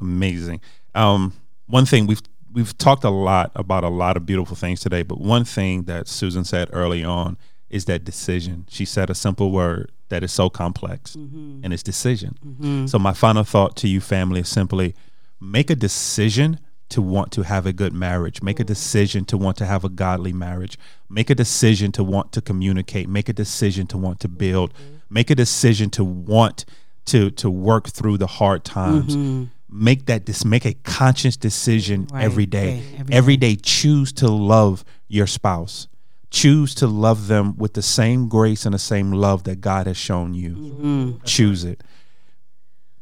Speaker 1: amazing. Um, one thing we've we've talked a lot about a lot of beautiful things today, but one thing that Susan said early on is that decision. She said a simple word that is so complex, and it's decision. So my final thought to you, family, is simply make a decision to want to have a good marriage. Make a decision to want to have a godly marriage. Make a decision to want to communicate. Make a decision to want to build.
Speaker 2: Mm-hmm.
Speaker 1: Make a decision to want to to work through the hard times. Make that dis- make a conscious decision every day.
Speaker 2: Mm-hmm. right,
Speaker 1: Every,
Speaker 2: every
Speaker 1: every day choose to love your spouse. Choose to love them with the same grace and the same love that God has shown you.
Speaker 2: Mm-hmm.
Speaker 1: Choose it.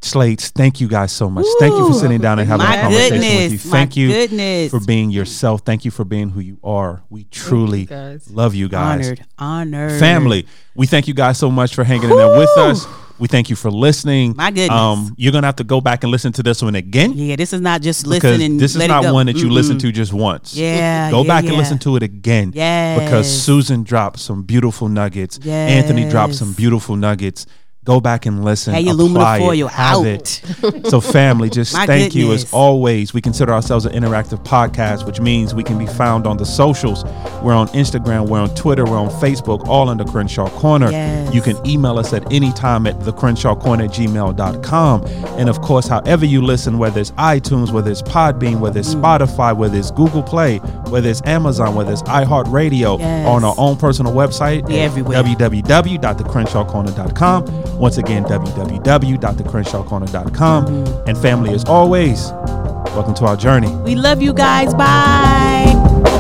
Speaker 1: Slates, thank you guys so much. thank you for sitting down and having
Speaker 2: My
Speaker 1: a conversation with you.
Speaker 2: goodness, my
Speaker 1: Thank you
Speaker 2: goodness.
Speaker 1: for being yourself. Thank you for being who you are. We truly
Speaker 3: guys.
Speaker 1: love you guys.
Speaker 2: Honored, honored.
Speaker 1: Family, we thank you guys so much for hanging in there with us. We thank you for listening. Um,
Speaker 2: My goodness.
Speaker 1: you're gonna have to go back and listen to this one again
Speaker 2: Yeah, this is not just
Speaker 1: because
Speaker 2: listening.
Speaker 1: this is
Speaker 2: let it
Speaker 1: not
Speaker 2: go.
Speaker 1: one that you
Speaker 2: Mm-mm.
Speaker 1: listen to just once.
Speaker 2: Yeah,
Speaker 1: Go
Speaker 2: yeah,
Speaker 1: back
Speaker 2: yeah.
Speaker 1: and listen to it again. Because
Speaker 2: Yes.
Speaker 1: Susan dropped some beautiful nuggets. Anthony dropped some
Speaker 2: Yes.
Speaker 1: beautiful nuggets. Go back and listen.
Speaker 2: Have your aluminum
Speaker 1: apply
Speaker 2: foil
Speaker 1: it, have
Speaker 2: out.
Speaker 1: it. So family, just
Speaker 2: My
Speaker 1: thank you as
Speaker 2: goodness.
Speaker 1: always. We consider ourselves an interactive podcast, which means we can be found on the socials. We're on Instagram, we're on Twitter, we're on Facebook, all under Crenshaw Corner.
Speaker 2: Yes.
Speaker 1: You can email us at any time at thecrenshawcorner at gmail.com. And of course, however you listen, whether it's iTunes, whether it's Podbean, whether it's Spotify, whether it's Google Play, whether it's Amazon, whether it's iHeartRadio,
Speaker 2: Yes.
Speaker 1: on our own personal website
Speaker 2: We
Speaker 1: at
Speaker 2: everywhere.
Speaker 1: www.thecrenshawcorner.com. Once again, www.thecrenshawcorner.com. And family, as always, welcome to our journey.
Speaker 2: We love you guys. Bye.